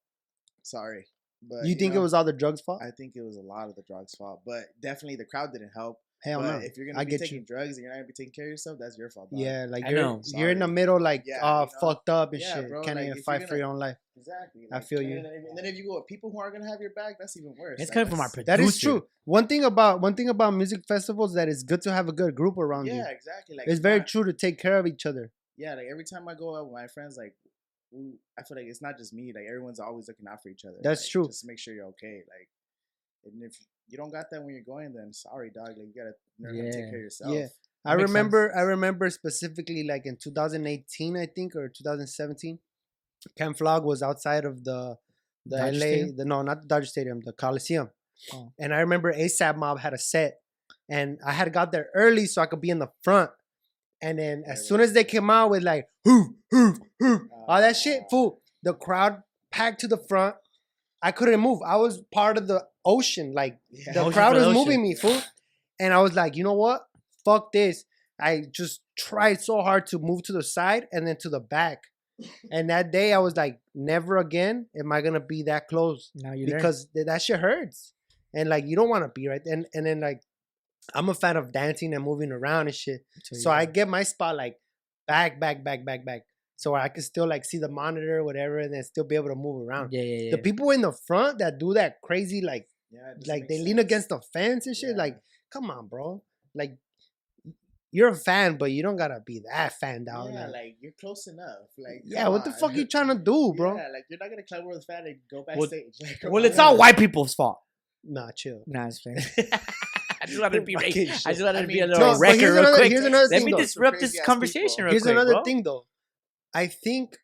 S3: Sorry, but
S2: you think
S3: know,
S2: it was all the drugs' fault?
S3: I think it was a lot of the drugs' fault, but definitely the crowd didn't help.
S2: Hell
S3: but
S2: no.
S3: if you're gonna
S2: I
S3: be
S2: get
S3: taking
S2: you.
S3: drugs and you're not gonna be taking care of yourself, that's your fault. dog.
S2: Yeah, like
S1: I
S2: you're
S1: know.
S2: you're in the
S3: Sorry.
S2: middle, like
S3: Yeah,
S2: all
S3: you know.
S2: fucked up and
S3: Yeah,
S2: shit.
S3: bro,
S2: Can't
S3: like, if
S2: even
S3: you're
S2: fight for
S3: gonna-
S2: your own life.
S3: exactly.
S2: I feel
S3: and
S2: you.
S3: then- And then if you go with people who aren't gonna have your back, that's even worse.
S1: it's
S3: like,
S1: coming from our
S3: that's-
S1: producer.
S2: That is true. One thing about one thing about music festivals that it's good to have a good group around you.
S3: Yeah, exactly. Like
S2: it's very
S3: not-
S2: true to take care of each other.
S3: Yeah, like every time I go out with my friends, like we- I feel like it's not just me. Like everyone's always looking out for each other.
S2: That's
S3: like,
S2: true.
S3: Just to make sure you're okay. Like, and if you don't got that when you're going, then sorry, dog. Like you gotta learn how to take
S1: Yeah.
S3: care of yourself.
S2: Yeah.
S1: That
S2: I
S1: makes
S2: remember I remember specifically like in 2018 I think or 2017 Camp Flog was outside of the the
S1: Dodger
S2: LA
S1: Stadium?
S2: the no not the Dodger Stadium the Coliseum.
S1: Oh.
S2: And I remember ASAP Mob had a set and I had got there early so I could be in the front. And then
S3: Yeah,
S2: as soon as they came out with like hoof hoof hoof all that shit
S3: Ah.
S2: fool the crowd packed to the front. I couldn't move. I was part of the ocean like
S3: Yeah.
S2: the
S1: Ocean
S2: crowd
S1: for the
S2: was
S1: ocean.
S2: moving me, fool. And I was like, you know what? Fuck this. I just tried so hard to move to the side and then to the back. And that day I was like, never again am I gonna be that close
S1: Now you learn.
S2: because th- that shit hurts. And like you don't wanna be right. And and then like I'm a fan of dancing and moving around and shit. So
S1: you
S2: I
S1: learn.
S2: get my spot like back, back, back, back, back. So I can still like see the monitor, whatever, and then still be able to move around.
S1: yeah, yeah, yeah.
S2: The people in the front that do that crazy like
S3: Yeah, it doesn't
S2: like
S3: make
S2: they lean
S3: sense.
S2: against the fence and shit.
S3: Yeah.
S2: Like, come on, bro. Like, you're a fan, but you don't gotta be that fanned out.
S3: Yeah,
S2: like,
S3: like you're close enough. Like
S2: yeah
S3: come
S2: what the fuck
S3: on.
S2: you trying to do, bro?
S3: Yeah, like you're not gonna climb over the fan and go
S1: Well-
S3: backstage. Like, come
S1: well,
S3: on.
S1: it's all white people's fault.
S2: Nah, chill.
S1: Nah, it's fine. I just wanted to be.
S2: Fucking
S1: racist. I
S2: shit.
S1: just wanted
S3: I
S1: to be a
S3: mean,
S1: little
S2: no, but
S1: record
S2: here's
S1: real
S2: another-
S1: quick.
S2: here's another
S1: Let
S2: thing,
S1: me
S2: though.
S1: disrupt this
S3: Crazy-ass
S1: conversation
S3: people.
S1: real
S2: Here's
S1: quick,
S2: another
S1: bro.
S2: thing, though. I think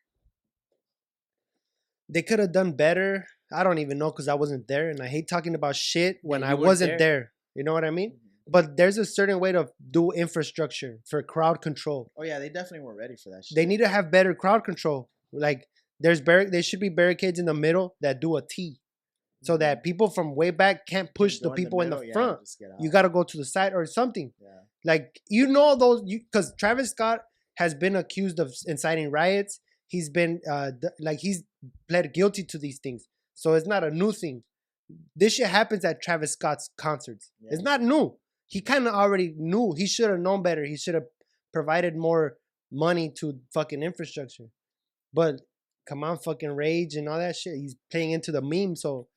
S2: they could have done better. I don't even know because I wasn't there, and I hate talking about shit when
S1: you
S2: I
S1: weren't
S2: wasn't
S1: there.
S2: there. You know what I mean?
S3: Mm-hmm.
S2: But there's a certain way to do infrastructure for crowd control.
S3: Oh yeah, they definitely weren't ready for that shit.
S2: they need to have better crowd control. Like there's bar- there should be barricades in the middle that do a T, so that people from way back can't push the
S3: Mm-hmm. Go
S2: people in the,
S3: middle, yeah,
S2: front.
S3: just get
S2: You
S3: out.
S2: got to go to the side or something.
S3: Yeah.
S2: Like you know those you because Travis Scott has been accused of s- inciting riots. He's been uh th- like he's pled guilty to these things, so it's not a new thing. This shit happens at Travis Scott's concerts. It's
S3: Yeah.
S2: not new. He kind of already knew. He should have known better. He should have provided more money to fucking infrastructure. But come on, fucking rage and all that shit. He's playing into the meme. So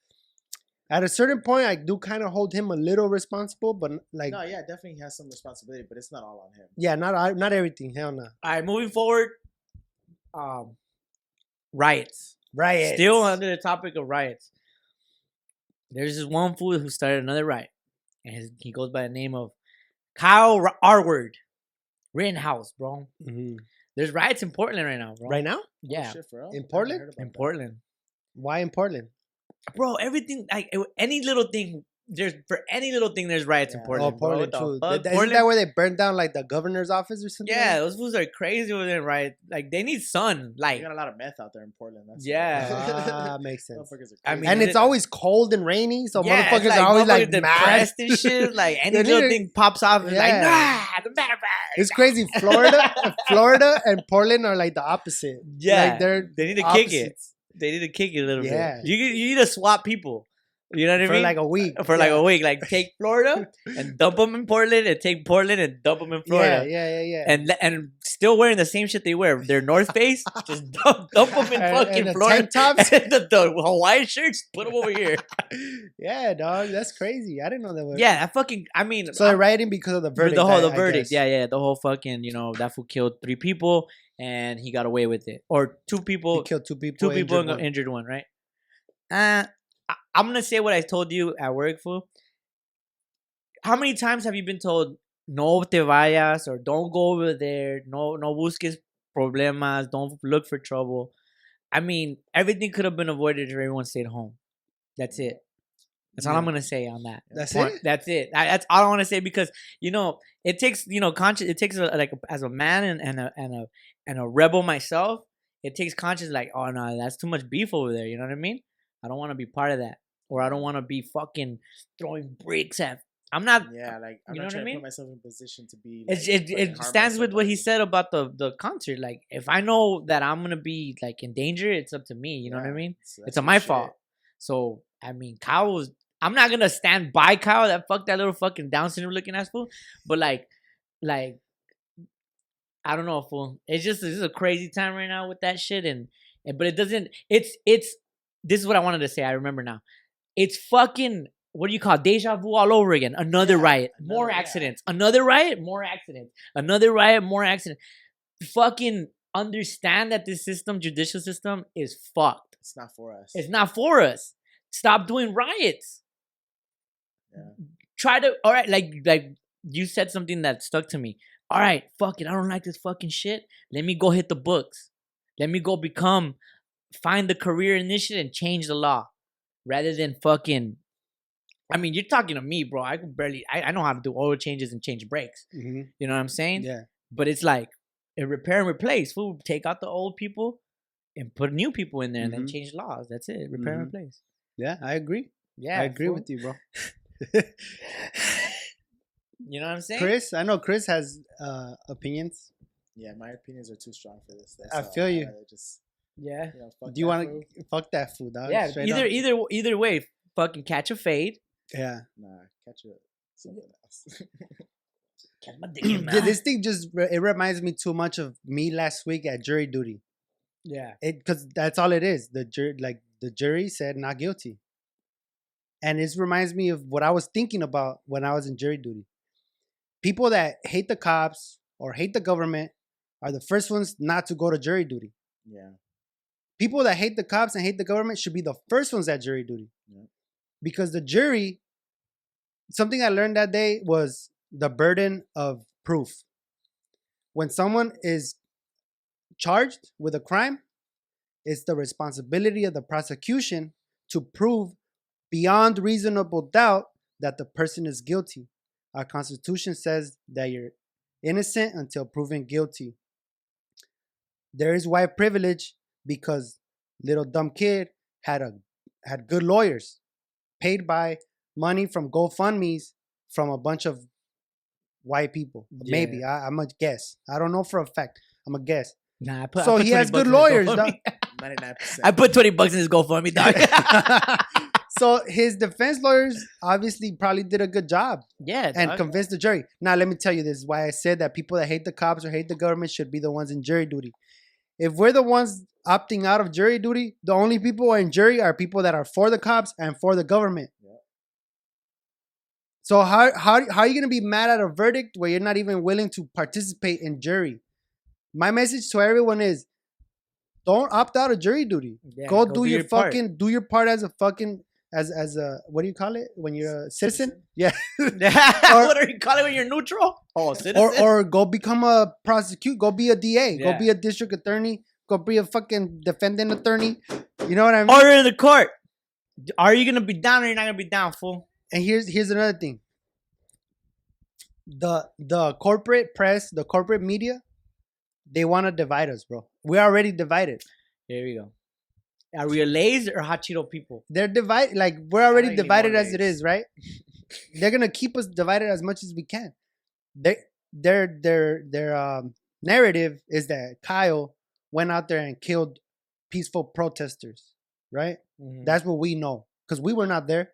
S2: at a certain point, I do kind of hold him a little responsible, but n- like,
S3: No, yeah, definitely he has some responsibility, but it's not all on him.
S2: yeah, not I- not everything. Hell no.
S1: All right, moving forward. Um, riots.
S2: Right.
S1: Still under the topic of riots. There's this one fool who started another riot, and his, he goes by the name of Kyle R- R word, Rittenhouse, bro.
S2: Mhm.
S1: There's riots in Portland right now, bro.
S2: Right now?
S1: Yeah,
S3: Shit, for real?
S2: In
S3: I haven't
S2: Portland?
S3: heard about
S1: in
S3: that.
S1: Portland,
S2: Why in Portland?
S1: bro. Everything like it- any little thing. There's for any little thing. There's riots in
S3: Yeah.
S1: Portland.
S2: oh,
S1: bro.
S2: Portland
S1: What the
S2: too. Th-
S1: fuck?
S2: th- Isn't
S1: Portland-
S2: that where they burned down like the governor's office or something?
S1: yeah, those fools are crazy over there, right? Like they need sun,
S3: They
S1: like
S3: got a lot of meth out there in Portland. That's
S1: Yeah.
S2: Ah, makes sense.
S3: Motherfuckers are
S1: I
S3: crazy.
S1: mean,
S2: and it's
S1: it-
S2: always cold and rainy, so
S1: Yeah, it's
S2: motherfuckers are always like
S1: motherfuckers
S2: mad.
S1: depressed and shit. Like any
S2: They
S1: little
S2: need to-
S1: thing pops off, it's like
S2: Yeah.
S1: nah, the matter.
S2: It's crazy. Florida, Florida, and Portland are like the opposite.
S1: Yeah,
S2: like they're
S1: they need to kick it.
S2: opposites
S1: They need to kick it a little
S2: Yeah.
S1: bit. You you need to swap people. You know what I
S2: for
S1: mean?
S2: like a week.
S1: for like
S2: yeah.
S1: a week, like take Florida and dump them in Portland, and take Portland and dump them in Florida.
S2: Yeah, yeah, yeah, yeah.
S1: And, le- and still wearing the same shit they wear. Their North Face, just dump, dump them in
S2: And- and
S1: fucking
S2: the
S1: Florida.
S2: tank tops.
S1: And the, the Hawaiian shirts, put them over here.
S2: yeah, dog, that's crazy. I didn't know that. Was,
S1: Yeah, I fucking. I mean,
S2: So they're rioting because of the
S1: For
S2: verdict.
S1: the whole
S2: I-
S1: the
S2: I
S1: verdict.
S2: guess.
S1: Yeah, yeah, the whole fucking you know that fool killed three people and he got away with it, or two
S2: He
S1: people,
S2: killed two people.
S1: two people
S2: injured
S1: injured one.
S2: one.
S1: injured one, right? Uh, I, I'm gonna say what I told you at work, fool. How many times have you been told no te vayas or don't go over there, no no busques problemas, don't look for trouble? I mean, everything could have been avoided if everyone stayed home. That's it. That's all I'm
S2: Yeah.
S1: gonna say on that
S2: That's
S1: point.
S2: it.
S1: That's it. I, that's all I want to say because you know it takes you know conscious. It takes a, like a, as a man and, and a and a and a rebel myself. It takes conscious like oh no, that's too much beef over there. You know what I mean? I don't want to be part of that, or I don't want to be fucking throwing bricks at. I'm not.
S3: yeah, like I'm
S1: You know
S3: not
S1: what I
S3: trying
S1: mean?
S3: to put myself in a position to be.
S1: It's,
S3: like,
S1: it
S3: fucking
S1: it
S3: harm
S1: stands with what he
S3: somebody.
S1: said about the the concert. Like if I know that I'm gonna be like in danger, it's up to me. You know what I
S3: Yeah.
S1: mean?
S3: So
S1: it's
S3: that's
S1: on my
S3: your shit.
S1: fault. So I mean, Kyle was. I'm not gonna stand by Kyle. That fuck that little fucking Down syndrome looking ass fool. But like, like, I don't know, fool. It's just this is a crazy time right now with that shit, and, and but it doesn't. It's it's. This is what I wanted to say. I remember now. It's fucking. What do you call it? deja vu all over again? Another
S3: Yeah,
S1: riot, more
S3: another- yeah.
S1: accidents, another riot, more accidents, another riot, more accidents. Fucking understand that this system, judicial system, is fucked.
S3: It's not for us.
S1: It's not for us. Stop doing riots.
S3: Yeah.
S1: Try to all right, like like you said something that stuck to me. All right, fuck it. I don't like this fucking shit. Let me go hit the books. Let me go become find the career initiative and change the law. Rather than fucking I mean, you're talking to me, bro. I can barely I, I know how to do oil changes and change brakes.
S3: Mm-hmm.
S2: Mhm.
S1: You know what I'm saying?
S2: Yeah.
S1: But it's like a repair and replace. We'll take out the old people and put new people in there and then
S2: Mhm.
S1: change laws. That's it. Repair and
S2: Mhm.
S1: replace.
S2: Yeah, I agree.
S1: Yeah.
S2: I agree with you, bro.
S1: you. You know what I'm saying?
S2: Chris, I know Chris has uh, opinions.
S3: yeah, my opinions are too strong for this. That's
S2: I
S3: all.
S2: feel
S3: I'd
S2: you.
S3: rather Just,
S1: Yeah.
S3: you know, fuck
S2: Do you
S3: that
S2: want
S3: fool.
S2: to fuck that food, dog?
S1: Yeah.
S2: uh, straight
S1: Either
S2: up.
S1: either either way, fucking catch a fade.
S2: yeah.
S3: Nah, catch it. Something else.
S1: Catch my dick in
S2: Dude,
S1: my mouth.
S2: this thing just re- it reminds me too much of me last week at jury duty.
S1: Yeah.
S2: It because that's all it is. The jury, like the jury said, not guilty. And this reminds me of what I was thinking about when I was in jury duty. People that hate the cops or hate the government are the first ones not to go to jury duty.
S3: yeah,
S2: people that hate the cops and hate the government should be the first ones at jury duty.
S3: Yeah.
S2: Because the jury, something I learned that day was the burden of proof. When someone is charged with a crime, it's the responsibility of the prosecution to prove beyond reasonable doubt that the person is guilty. Our Constitution says that you're innocent until proven guilty. There is white privilege because little dumb kid had a had good lawyers, paid by money from GoFundmes from a bunch of white people. Maybe I, I'm a guess. I don't know for a fact. I'm a guess.
S1: Nah. I put, I
S2: So
S1: put
S2: he
S1: 20
S2: has good
S1: bucks in his
S2: lawyers,
S1: GoFundMe.
S2: dog.
S3: ninety nine percent.
S1: I put twenty bucks in his GoFundMe, dog.
S2: so his defense lawyers obviously probably did a good job
S1: yeah.
S2: and
S1: dog.
S2: convinced the jury. Now let me tell you this: is why I said that people that hate the cops or hate the government should be the ones in jury duty. if we're the ones opting out of jury duty, the only people in jury are people that are for the cops and for the government. So how how how are you gonna be mad at a verdict where you're not even willing to participate in jury? My message to everyone is, don't opt out of jury duty.
S1: Yeah,
S2: go, do, your,
S1: part.
S2: fucking do your part as a fucking as as a what do you call it when you're a citizen? Yeah.
S1: what are you calling when you're neutral? Oh, citizen.
S2: or or go become a prosecute. Go be a DA.
S1: Yeah.
S2: Go be a district attorney. Go be a fucking defendant attorney. You know what I mean?
S1: order in the court. Are you gonna be down or you're not gonna be down, fool?
S2: and here's here's another thing. The the corporate press, the corporate media, they want to divide us, bro. We're already divided.
S1: Here we go. Are we lays or hot Cheeto people?
S2: They're divided. Like we're
S1: I
S2: already
S1: need more
S2: divided as it
S1: legs.
S2: is, right? they're gonna keep us divided as much as we can. They their their their um narrative is that Kyle went out there and killed peaceful protesters, right?
S1: Mm-hmm.
S2: That's what we know because we were not there.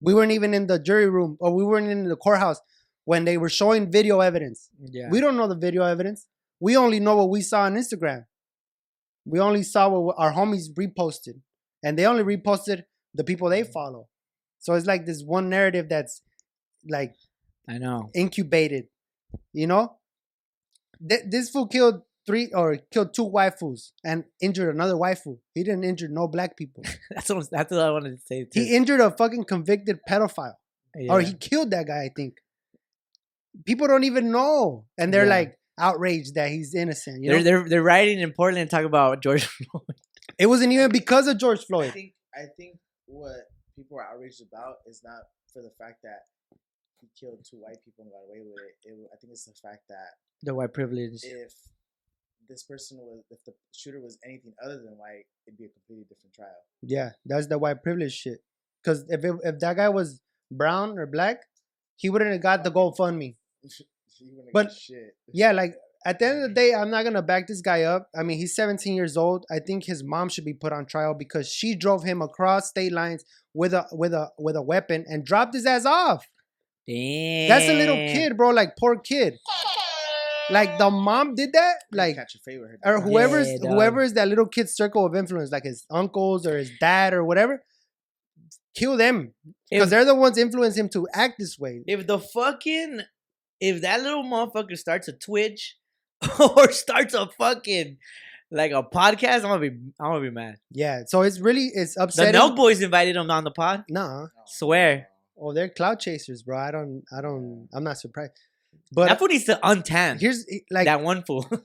S2: We weren't even in the jury room or we weren't in the courthouse when they were showing video evidence.
S1: yeah.
S2: We don't know the video evidence. We only know what we saw on Instagram. We only saw what our homies reposted, and they only reposted the people
S1: Mm-hmm.
S2: they follow. So it's like this one narrative that's like
S1: I know.
S2: incubated, you know. Th- this fool killed three or killed two waifus and injured another waifu. He didn't injure no black people.
S1: That's what, that's what I wanted to say. Too.
S2: He injured a fucking convicted pedophile,
S1: Yeah.
S2: or he killed that guy. I think people don't even know, and they're
S1: Yeah.
S2: like outraged that he's innocent. You
S1: they're,
S2: know?
S1: they're they're writing in Portland and talking about George Floyd.
S2: it wasn't even because of George
S3: I
S2: Floyd.
S3: think I think what people are outraged about is not for the fact that he killed two white people and got away with it. it I think it's the fact that
S1: The white privilege.
S3: if this person was if the shooter was anything other than white, it'd be a completely different trial.
S2: Yeah, that's the white privilege shit. Because if it, if that guy was brown or black, he wouldn't have got the GoFundMe.
S3: He wouldn't
S2: But-
S3: get shit.
S2: Yeah, like at the end of the day, I'm not gonna back this guy up. I mean, he's 17 years old. I think his mom should be put on trial because she drove him across state lines with a with a with a weapon and dropped his ass off.
S1: Damn.
S2: That's a little kid, bro. Like poor kid. Like the mom did that.
S3: He'd
S2: Like
S3: catch a favor. he'd
S2: or
S3: be like,
S2: whoever's
S1: Yeah, dog.
S2: whoever is that little kid's circle of influence, like his uncles or his dad or whatever. Kill them because
S1: If,
S2: they're the ones influencing him to act this way.
S1: if the fucking if that little motherfucker starts a Twitch or starts a fucking like a podcast, I'm gonna be I'm gonna be mad.
S2: Yeah, so it's really it's
S1: The
S2: upsetting.
S1: No Boys invited him on the pod.
S2: Nah,
S3: "No,
S1: Swear.
S2: oh, they're cloud chasers, bro. I don't, I don't, I'm not surprised.
S1: that
S2: But
S1: fool needs to untan.
S2: here's eh, like
S1: that one fool. that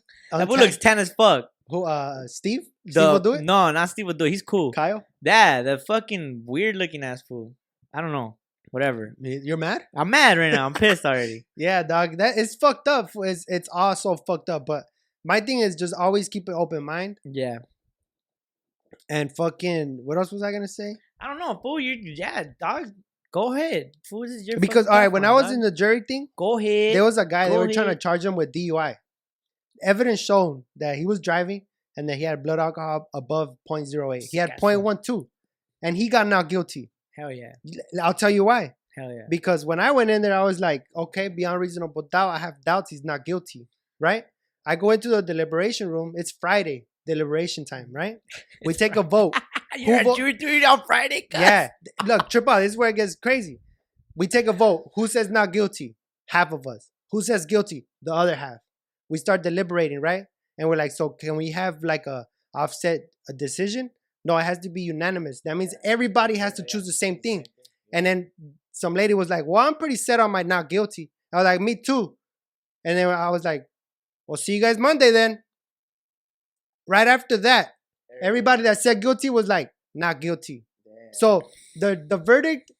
S1: fool
S2: unta-
S1: looks tan as fuck.
S2: who, uh, Steve.
S1: The,
S2: Steve will do it.
S1: No, not Steve will do it. He's cool.
S2: Kyle,
S1: Yeah, the fucking weird looking ass fool. I don't know. Whatever.
S2: you're mad?
S1: I'm mad right now. I'm pissed already.
S2: Yeah, dog. That it's fucked up. It's it's all so fucked up. But my thing is just always keep an open mind
S1: Yeah.
S2: and fucking. What else was I gonna say?
S1: I don't know, fool. You yeah, dog. Go ahead. Fool, this is your
S2: Because
S1: fucking
S2: all right, when I
S1: platform,
S2: was
S1: dog.
S2: in the jury thing,
S1: go ahead.
S2: there was a guy they
S1: Go
S2: were trying to
S1: ahead.
S2: charge him with DUI. Evidence shown that he was driving and that he had blood alcohol above 0.08. He had
S1: Disgusting.
S2: 0.12 and he got not guilty.
S1: hell yeah,
S2: I'll tell you why.
S1: hell yeah.
S2: Because when I went in there, I was like, okay, beyond reasonable doubt, I have doubts he's not guilty, right? I go into the deliberation room. It's Friday, deliberation time, right? We take a vote.
S1: You're
S2: vo-
S1: at jury duty on Friday. cuz?
S2: Yeah. Th- Look, trip out. This is where it gets crazy. We take a vote. Who says not guilty? Half of us. Who says guilty? The other half. We start deliberating, right? And we're like, so can we have like a offset a decision? No, it has to be unanimous. That means everybody has to choose the same thing. And then some lady was like, well, I'm pretty set on my not guilty. I was like, me too. And then I was like, well, see you guys Monday then. Right after that, everybody that said guilty was like, not guilty.
S3: Damn.
S2: So the the verdict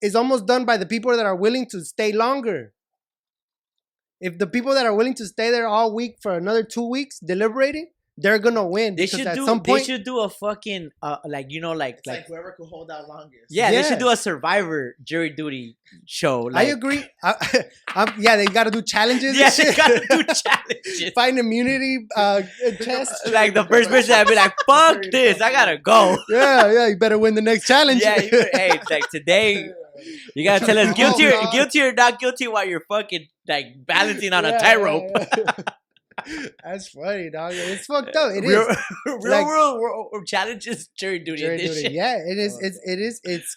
S2: is almost done by the people that are willing to stay longer. If the people that are willing to stay there all week for another two weeks deliberating, they're gonna win.
S1: They
S2: because
S1: should
S2: at
S1: do.
S2: some point,
S1: they should do a fucking uh, like you know like
S3: it's like,
S1: like,
S3: whoever could hold out longest.
S1: yeah, They
S2: Yeah.
S1: should do a Survivor jury duty show.
S2: I
S1: Like,
S2: agree. I, I'm, yeah, they gotta do challenges.
S1: yeah,
S2: and shit.
S1: they gotta do challenges.
S2: Find immunity uh, test.
S1: like the first person that'd be like, "Fuck this, I gotta go."
S2: Yeah, yeah, you better win the next challenge.
S1: Yeah, you, hey, it's like today you gotta tell us guilty, or, guilty or not guilty while you're fucking like balancing on a tightrope.
S2: Yeah, yeah, yeah. That's funny, dog. It's fucked up. It is.
S1: real, real
S2: Like-
S1: world, world, world challenges jury duty.
S2: Jury
S1: and this
S2: duty.
S1: shit.
S2: Yeah, it is.
S3: Oh,
S2: It's it is. It's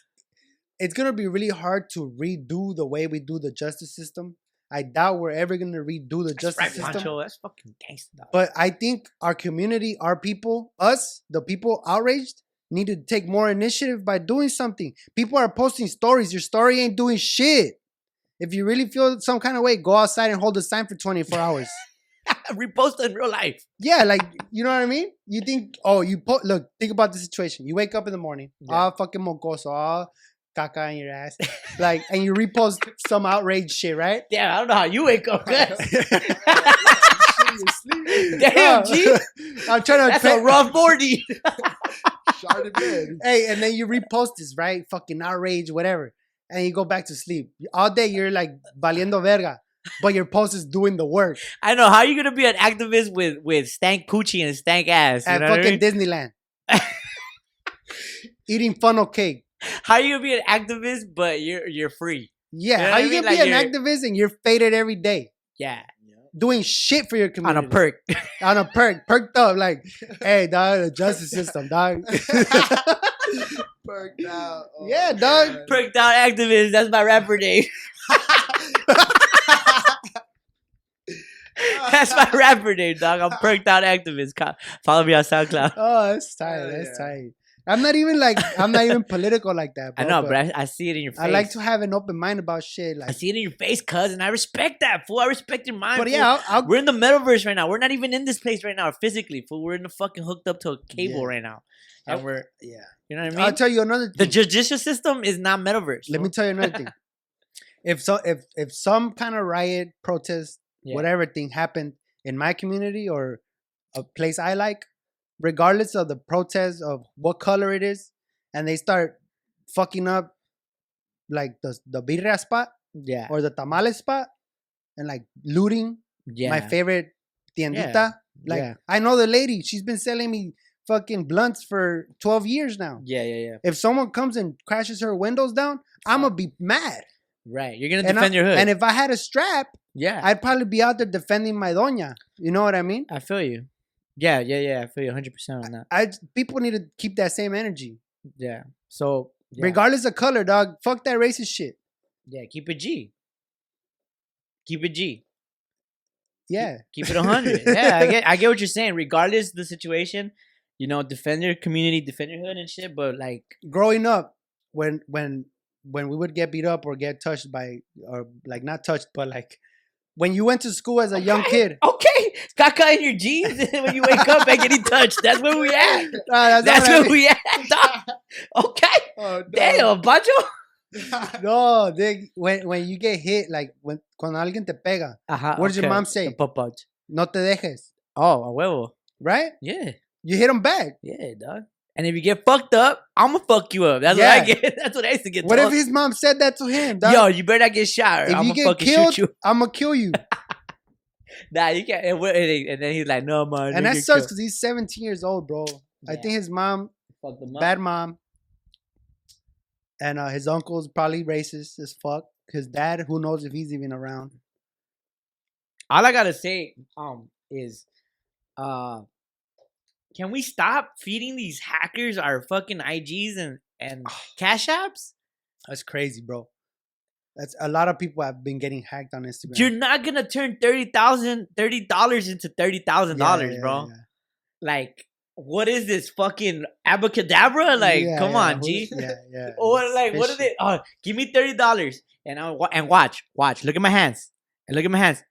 S2: it's gonna be really hard to redo the way we do the justice system. I doubt we're ever gonna redo the
S1: That's
S2: justice
S1: right,
S2: system.
S1: Pancho. That's fucking gangster. dog.
S2: But I think our community, our people, us, the people outraged, need to take more initiative by doing something. People are posting stories. Your story ain't doing shit. If you really feel some kind of way, go outside and hold a sign for 24 hours.
S1: repost in real life.
S2: Yeah, like you know what I mean. You think, oh, you po- look. Think about the situation. You wake up in the morning,
S1: Yeah.
S2: all fucking mocoso, all caca in your ass, like, and you repost some outrage shit, right?
S1: Damn, I don't know how you wake up. Gus.
S2: Yeah.
S1: Damn, G.
S2: I'm trying to.
S1: That's a
S2: pay-
S1: rough morning.
S3: Shot in bed.
S2: hey, and then you repost this, right? Fucking outrage, whatever, and you go back to sleep. All day you're like valiendo verga, but your post is doing the work
S1: I know. How you going to be an activist with, with stank coochie and stank ass? You
S2: at
S1: know what I
S2: fucking
S1: mean?
S2: Disneyland, eating funnel cake.
S1: How you going to be an activist, but you're you're free? You
S2: Yeah,
S1: know
S2: how
S1: what I
S2: you
S1: mean?
S2: gonna
S1: Like,
S2: be an
S1: you're-
S2: activist and you're faded every day?
S1: Yeah.
S2: doing shit for your
S1: On
S2: community.
S1: a perk.
S2: On a perk, perked up, like, hey, dog, the justice system, dog.
S3: Perked out.
S2: Yeah, dog.
S1: Perked out activist. That's my rapper name. That's my rapper name, dog. I'm perked out activist. Co- Follow me on SoundCloud.
S2: oh, that's tight.
S3: Hell
S2: That's
S3: yeah.
S2: tight. I'm not even like, I'm not even political like that.
S1: I
S2: bro,
S1: know, but I, I see it in your face.
S2: I like to have an open mind about shit.
S1: I
S2: Like,
S1: see it in your face, cuz, and I respect that, fool. I respect your mind.
S2: but
S1: fool.
S2: yeah, I'll, I'll
S1: We're in the metaverse right now. We're not even in this place right now physically, fool. We're in the fucking hooked up to a cable
S2: Yeah.
S1: right now. And we're,
S2: yeah.
S1: you know what I mean?
S2: I'll tell you another
S1: the
S2: thing.
S1: judicial system is not metaverse.
S2: Let
S1: fool.
S2: me tell you another thing. If so, if if some kind of riot, protest,
S1: Yeah.
S2: whatever thing happened in my community or a place I like, regardless of the protest of what color it is, and they start fucking up, like the the birria spot
S1: yeah.
S2: or the tamale spot, and like looting
S1: Yeah.
S2: my favorite tiendita. Like
S1: yeah.
S2: I know the lady; she's been selling me fucking blunts for twelve years now.
S1: yeah, yeah, yeah.
S2: If someone comes and crashes her windows down, I'm gonna be mad.
S1: Right. You're going to
S2: And, I-
S1: defend your hood.
S2: and if I had a strap,
S1: yeah.
S2: I'd probably be out there defending my doña. You know what I mean?
S1: I, feel you. Yeah, yeah, yeah. I feel you 100% on that.
S2: I people need to keep that same energy,
S1: Yeah. So, yeah,
S2: regardless of color, dog. Fuck that racist shit.
S1: yeah keep it G. Keep it G.
S2: Yeah,
S1: keep it 100 yeah I get, I get what you're saying regardless the situation you know defend your community defend your hood and shit but like
S2: growing up, when when when we would get beat up or get touched by or like not touched, but like when you went to school as a young kid,
S1: okay caca in your jeans and when you wake up and getting touched that's where we at
S2: Nah, Ah, that's,
S1: that's
S2: not what I
S1: where
S2: mean.
S1: we at dog. okay
S3: Oh,
S1: damn Pancho
S2: no, they, when when you get hit, like when cuando alguien te pega,
S1: uh-huh,
S2: What does your mom say?
S1: The pop out
S2: no te dejes,
S1: oh a huevo
S2: right?
S1: yeah
S2: You hit them back.
S1: yeah dog and if you get fucked up I'ma fuck you up that's what I
S2: Yeah.
S1: get that's what I used to get
S2: What if
S1: told.
S2: his mom said that to him? Dog?
S1: Yo, you better not get shot.
S2: If you
S1: Or I'ma
S2: get
S1: fucking
S2: killed-
S1: shoot you.
S2: I'm gonna kill you.
S1: Nah, you can't. And, what- and then he's like, "No, man."
S2: and
S1: you
S2: that
S1: get
S2: sucks
S1: killed.
S2: because he's 17 years old, bro. I
S1: Yeah.
S2: think his mom,
S1: Fuck them up.
S2: bad mom, and uh, his uncle's probably racist as fuck. His dad, who knows if he's even around?
S1: all I gotta say um is uh can we stop feeding these hackers our fucking IGs and and
S2: Ah.
S1: cash apps?
S2: That's crazy, bro. That's a lot of people have been getting hacked on Instagram.
S1: You're not gonna turn thirty thousand thirty dollars into thirty thousand
S2: Yeah,
S1: dollars,
S2: yeah,
S1: bro.
S2: yeah.
S1: Like, what is this fucking abacadabra? Like,
S2: Yeah,
S1: come
S2: yeah,
S1: on,
S2: who's-
S1: G.
S2: Yeah, yeah.
S1: Or like, what are
S2: fishy.
S1: they? Oh, give me thirty dollars and I and watch, watch. Look at my hands and look at my hands.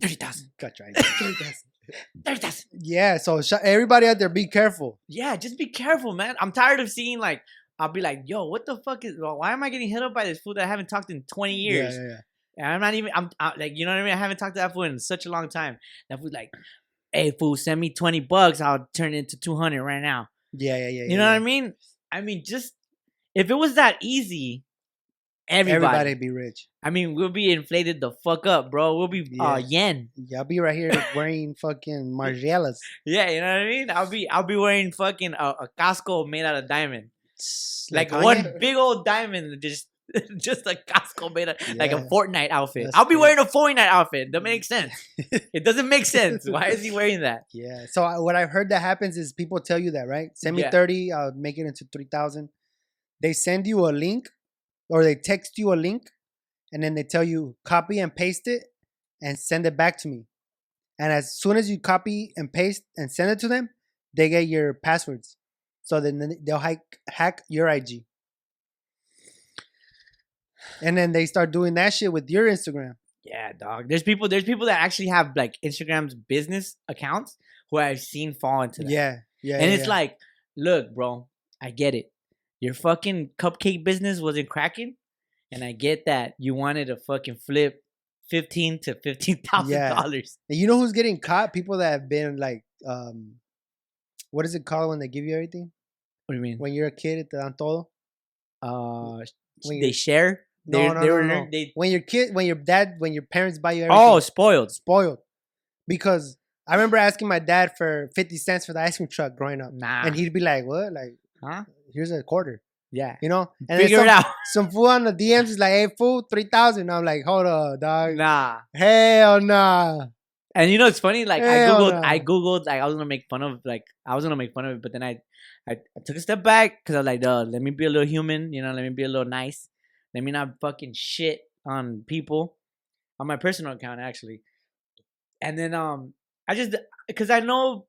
S1: Thirty thousand,
S2: Got your
S1: thirty thousand.
S2: yeah, so sh- everybody out there, be careful.
S1: yeah, just be careful, man. I'm tired of seeing like I'll be like, yo, what the fuck is? Why am I getting hit up by this fool that I haven't talked in 20
S2: Yeah,
S1: years?
S2: yeah, yeah.
S1: And I'm not even. I'm, i like, you know what I mean? I haven't talked to that fool in such a long time. That fool like, hey, fool, send me 20 bucks. I'll turn it into 200 right now.
S2: Yeah, yeah, yeah.
S1: You know what I mean? I mean, just if it was that easy, everybody.
S2: Everybody be rich.
S1: I mean, we'll be inflated the fuck up, bro. We'll be uh,
S2: Yeah.
S1: yen.
S2: Y'all be right here wearing fucking Margiela's.
S1: Yeah, you know what I mean? I'll be I'll be wearing uh, fucking a, a Costco made out of diamond. like
S2: Kanye?
S1: one big old diamond that just just a Costco made a, like a
S3: Yeah.
S1: Fortnite outfit.
S3: That's
S1: I'll be
S3: true.
S1: wearing a Fortnite outfit. That makes sense. it doesn't make sense. Why is he wearing that?
S2: Yeah. So I, what I've heard that happens is people tell you that, right? Send me
S1: Yeah.
S2: 30, I'll make it into 3,000. They send you a link or they text you a link and then they tell you copy and paste it and send it back to me. And as soon as you copy and paste and send it to them, they get your passwords. So then they- they'll hack, hack your IG. And then they start doing that shit with your Instagram.
S1: Yeah, dog. There's people. There's people that actually have like Instagram's business accounts who I've seen fall into that.
S2: Yeah. Yeah.
S1: and
S2: yeah,
S1: it's
S2: yeah.
S1: like, look, bro, I get it. Your fucking cupcake business wasn't cracking, and I get that you wanted to fucking flip fifteen to fifteen thousand
S2: Yeah.
S1: dollars.
S2: And you know who's getting caught? People that have been like, um, what is it called when they give you everything?
S1: What do you mean?
S2: When you're a kid at the dan todo?
S1: uh, sh-
S2: when
S1: they
S2: you-
S1: share.
S2: No,
S1: They-
S2: no,
S1: they
S2: no,
S1: were-
S2: no.
S1: they-
S2: When your kid, when your dad, when your parents buy you everything,
S1: Oh, spoiled.
S2: spoiled. Because I remember asking my dad for fifty cents for the ice cream truck growing up,
S1: Nah.
S2: and he'd be like, "What? Like,
S1: Ah. huh?
S2: here's a quarter,
S1: Yeah.
S2: you know?" And then
S1: Figure
S2: some,
S1: it out.
S2: Some fool on the DMs is like, "Hey, fool, three thousand. I'm like, "Hold up, dog.
S1: Nah.
S2: Hell nah."
S1: And you know it's funny, like
S2: Hell
S1: I googled,
S2: no.
S1: I googled, like I was gonna make fun of, like I was gonna make fun of it, but then I, I, I took a step back because I was like, duh, let me be a little human, you know, let me be a little nice, let me not fucking shit on people, on my personal account actually, and then um, I just because I know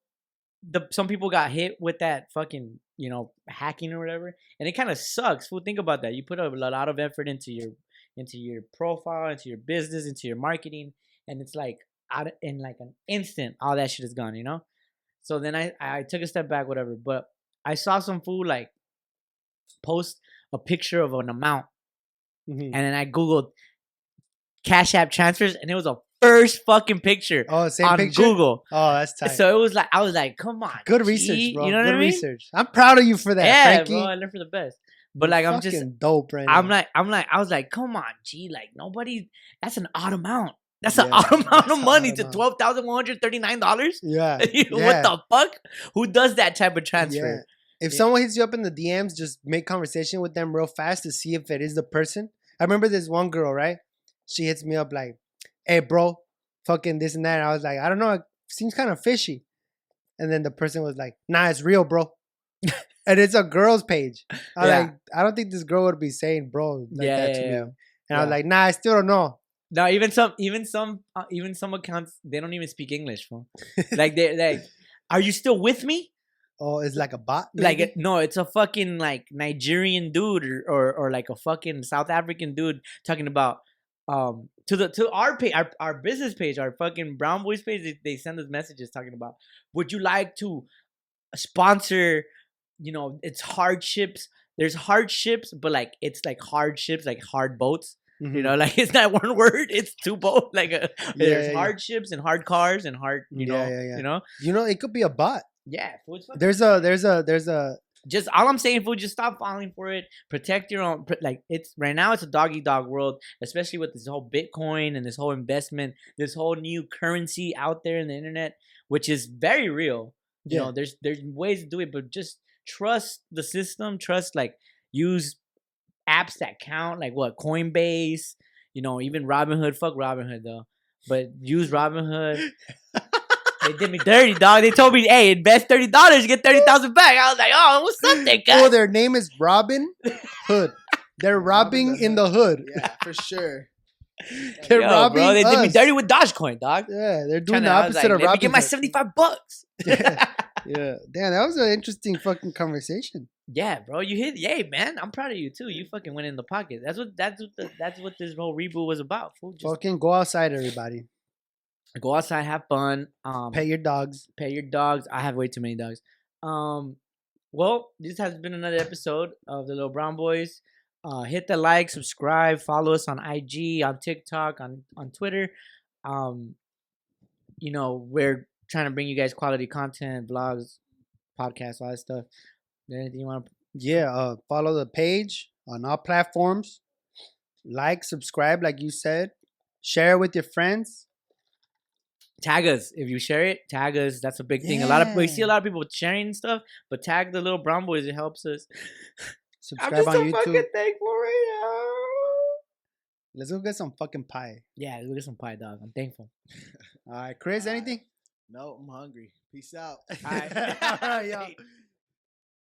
S1: the some people got hit with that fucking you know hacking or whatever, and it kind of sucks. Well, think about that. You put a lot of effort into your into your profile, into your business, into your marketing, and it's like out of- in like an instant, all that shit is gone, you know. So then I I took a step back, whatever. But I saw some fool like post a picture of an amount,
S2: Mhm.
S1: and then I googled Cash App transfers, and it was a first fucking picture
S2: Oh, same
S1: on
S2: picture.
S1: Google.
S2: Oh, that's tight.
S1: So it was like I was like, come on,
S2: Good research,
S1: G,
S2: bro.
S1: You know what
S2: Good
S1: I mean?
S2: research. I'm proud of you for that,
S1: yeah,
S2: Frankie.
S1: bro. I learned for the best. But like I'm just
S2: Fucking dope right
S1: I'm
S2: now.
S1: like, I'm like, I was like, come on, G, like nobody. That's an odd amount. That's an
S2: Yeah,
S1: odd amount
S2: that's
S1: of
S2: an
S1: money
S2: odd
S1: to
S2: amount.
S1: twelve thousand one hundred thirty nine dollars.
S2: yeah,
S1: what the fuck? Who does that type of
S2: yeah.
S1: transfer?
S2: If
S1: Yeah.
S2: someone hits you up in the DMs, just make conversation with them real fast to see if it is the person. I remember this one girl, right? She hits me up like, "Hey, bro, fucking this and that." And I was like, "I don't know, it seems kind of fishy." And then the person was like, "Nah, it's real, bro." and it's a girl's page. I
S1: Yeah.
S2: like, I don't think this girl would be saying, "Bro," like
S1: Yeah,
S2: that to
S1: yeah,
S2: me.
S1: yeah.
S2: And I was
S1: Yeah.
S2: like, "Nah, I still don't know."
S1: No, even some, even some, uh, even some accounts they don't even speak English. Fool. like they like, are you still with me?
S2: Oh, it's like a bot.
S1: Like
S2: maybe?
S1: it- no, it's a fucking like Nigerian dude or, or or like a fucking South African dude talking about um to the to our page our, our business page our fucking brown boys page they, they send us messages talking about would you like to sponsor you know it's hardships there's hardships but like it's like hardships like hard boats
S2: Mhm.
S1: you know like it's not one word it's two boats like a,
S2: yeah,
S1: there's
S2: yeah.
S1: hardships and hard cars and hard you
S2: Yeah,
S1: know
S2: yeah, yeah.
S1: you know
S2: You know, it could be a bot.
S1: yeah fool, it's fucking
S2: There's a there's a there's a
S1: just all I'm saying, fool, just stop falling for it. Protect your own. pr- Like it's right now, it's a doggy dog world, especially with this whole Bitcoin and this whole investment, this whole new currency out there in the internet, which is very real. You
S2: Yeah.
S1: know, there's there's ways to do it, but just trust the system. Trust like use apps that count, like what Coinbase. You know, even Robinhood. Fuck Robinhood though, but use Robinhood. They did me dirty, dog. They told me, "Hey, invest thirty dollars, get thirty thousand back." I was like, "Oh, what's up, they
S2: well,
S1: got?"
S2: their name is Robin Hood. They're
S3: Robin
S2: robbing
S3: the
S2: in the hood.
S3: Yeah, for sure.
S2: They're
S1: Yo,
S2: robbing
S1: bro, they did me
S2: us.
S1: dirty with Dogecoin, dog.
S2: Yeah, they're doing
S1: Tryna-
S2: the
S1: I was like,
S2: opposite of
S1: "Let me
S2: Robin.
S1: Get my
S2: Hood.
S1: seventy-five bucks.
S2: yeah, yeah. Damn, that was an interesting fucking conversation.
S1: yeah, bro, you hit. Yay, man, I'm proud of you too. You fucking went in the pocket. That's what. That's what. The, that's what this whole reboot was about. Fool. Just
S2: Fucking go outside, everybody.
S1: go outside, have fun. Um,
S2: Pet your dogs.
S1: pet your dogs. I have way too many dogs. Um, well, this has been another episode of the Little Brown Boys. Uh, hit the like, subscribe, follow us on IG, on TikTok, on on Twitter. Um, you know, we're trying to bring you guys quality content, vlogs, podcasts, all that stuff. Is there anything you want to?
S2: Yeah, uh, follow the page on all platforms. Like, subscribe, like you said. Share with your friends.
S1: Tag us if you share it. Tag us. That's a big thing. A lot of we see a
S2: Yeah.
S1: lot of people sharing and stuff, but tag the little brown boys. It helps us.
S2: Subscribe on YouTube.
S1: thankful right now.
S2: Let's go get some fucking pie.
S1: Yeah, look at some pie, dog. I'm thankful.
S2: All right, Chris,
S3: All right.
S2: anything?
S3: No, I'm hungry. Peace out.
S1: All right.
S2: All right, y'all.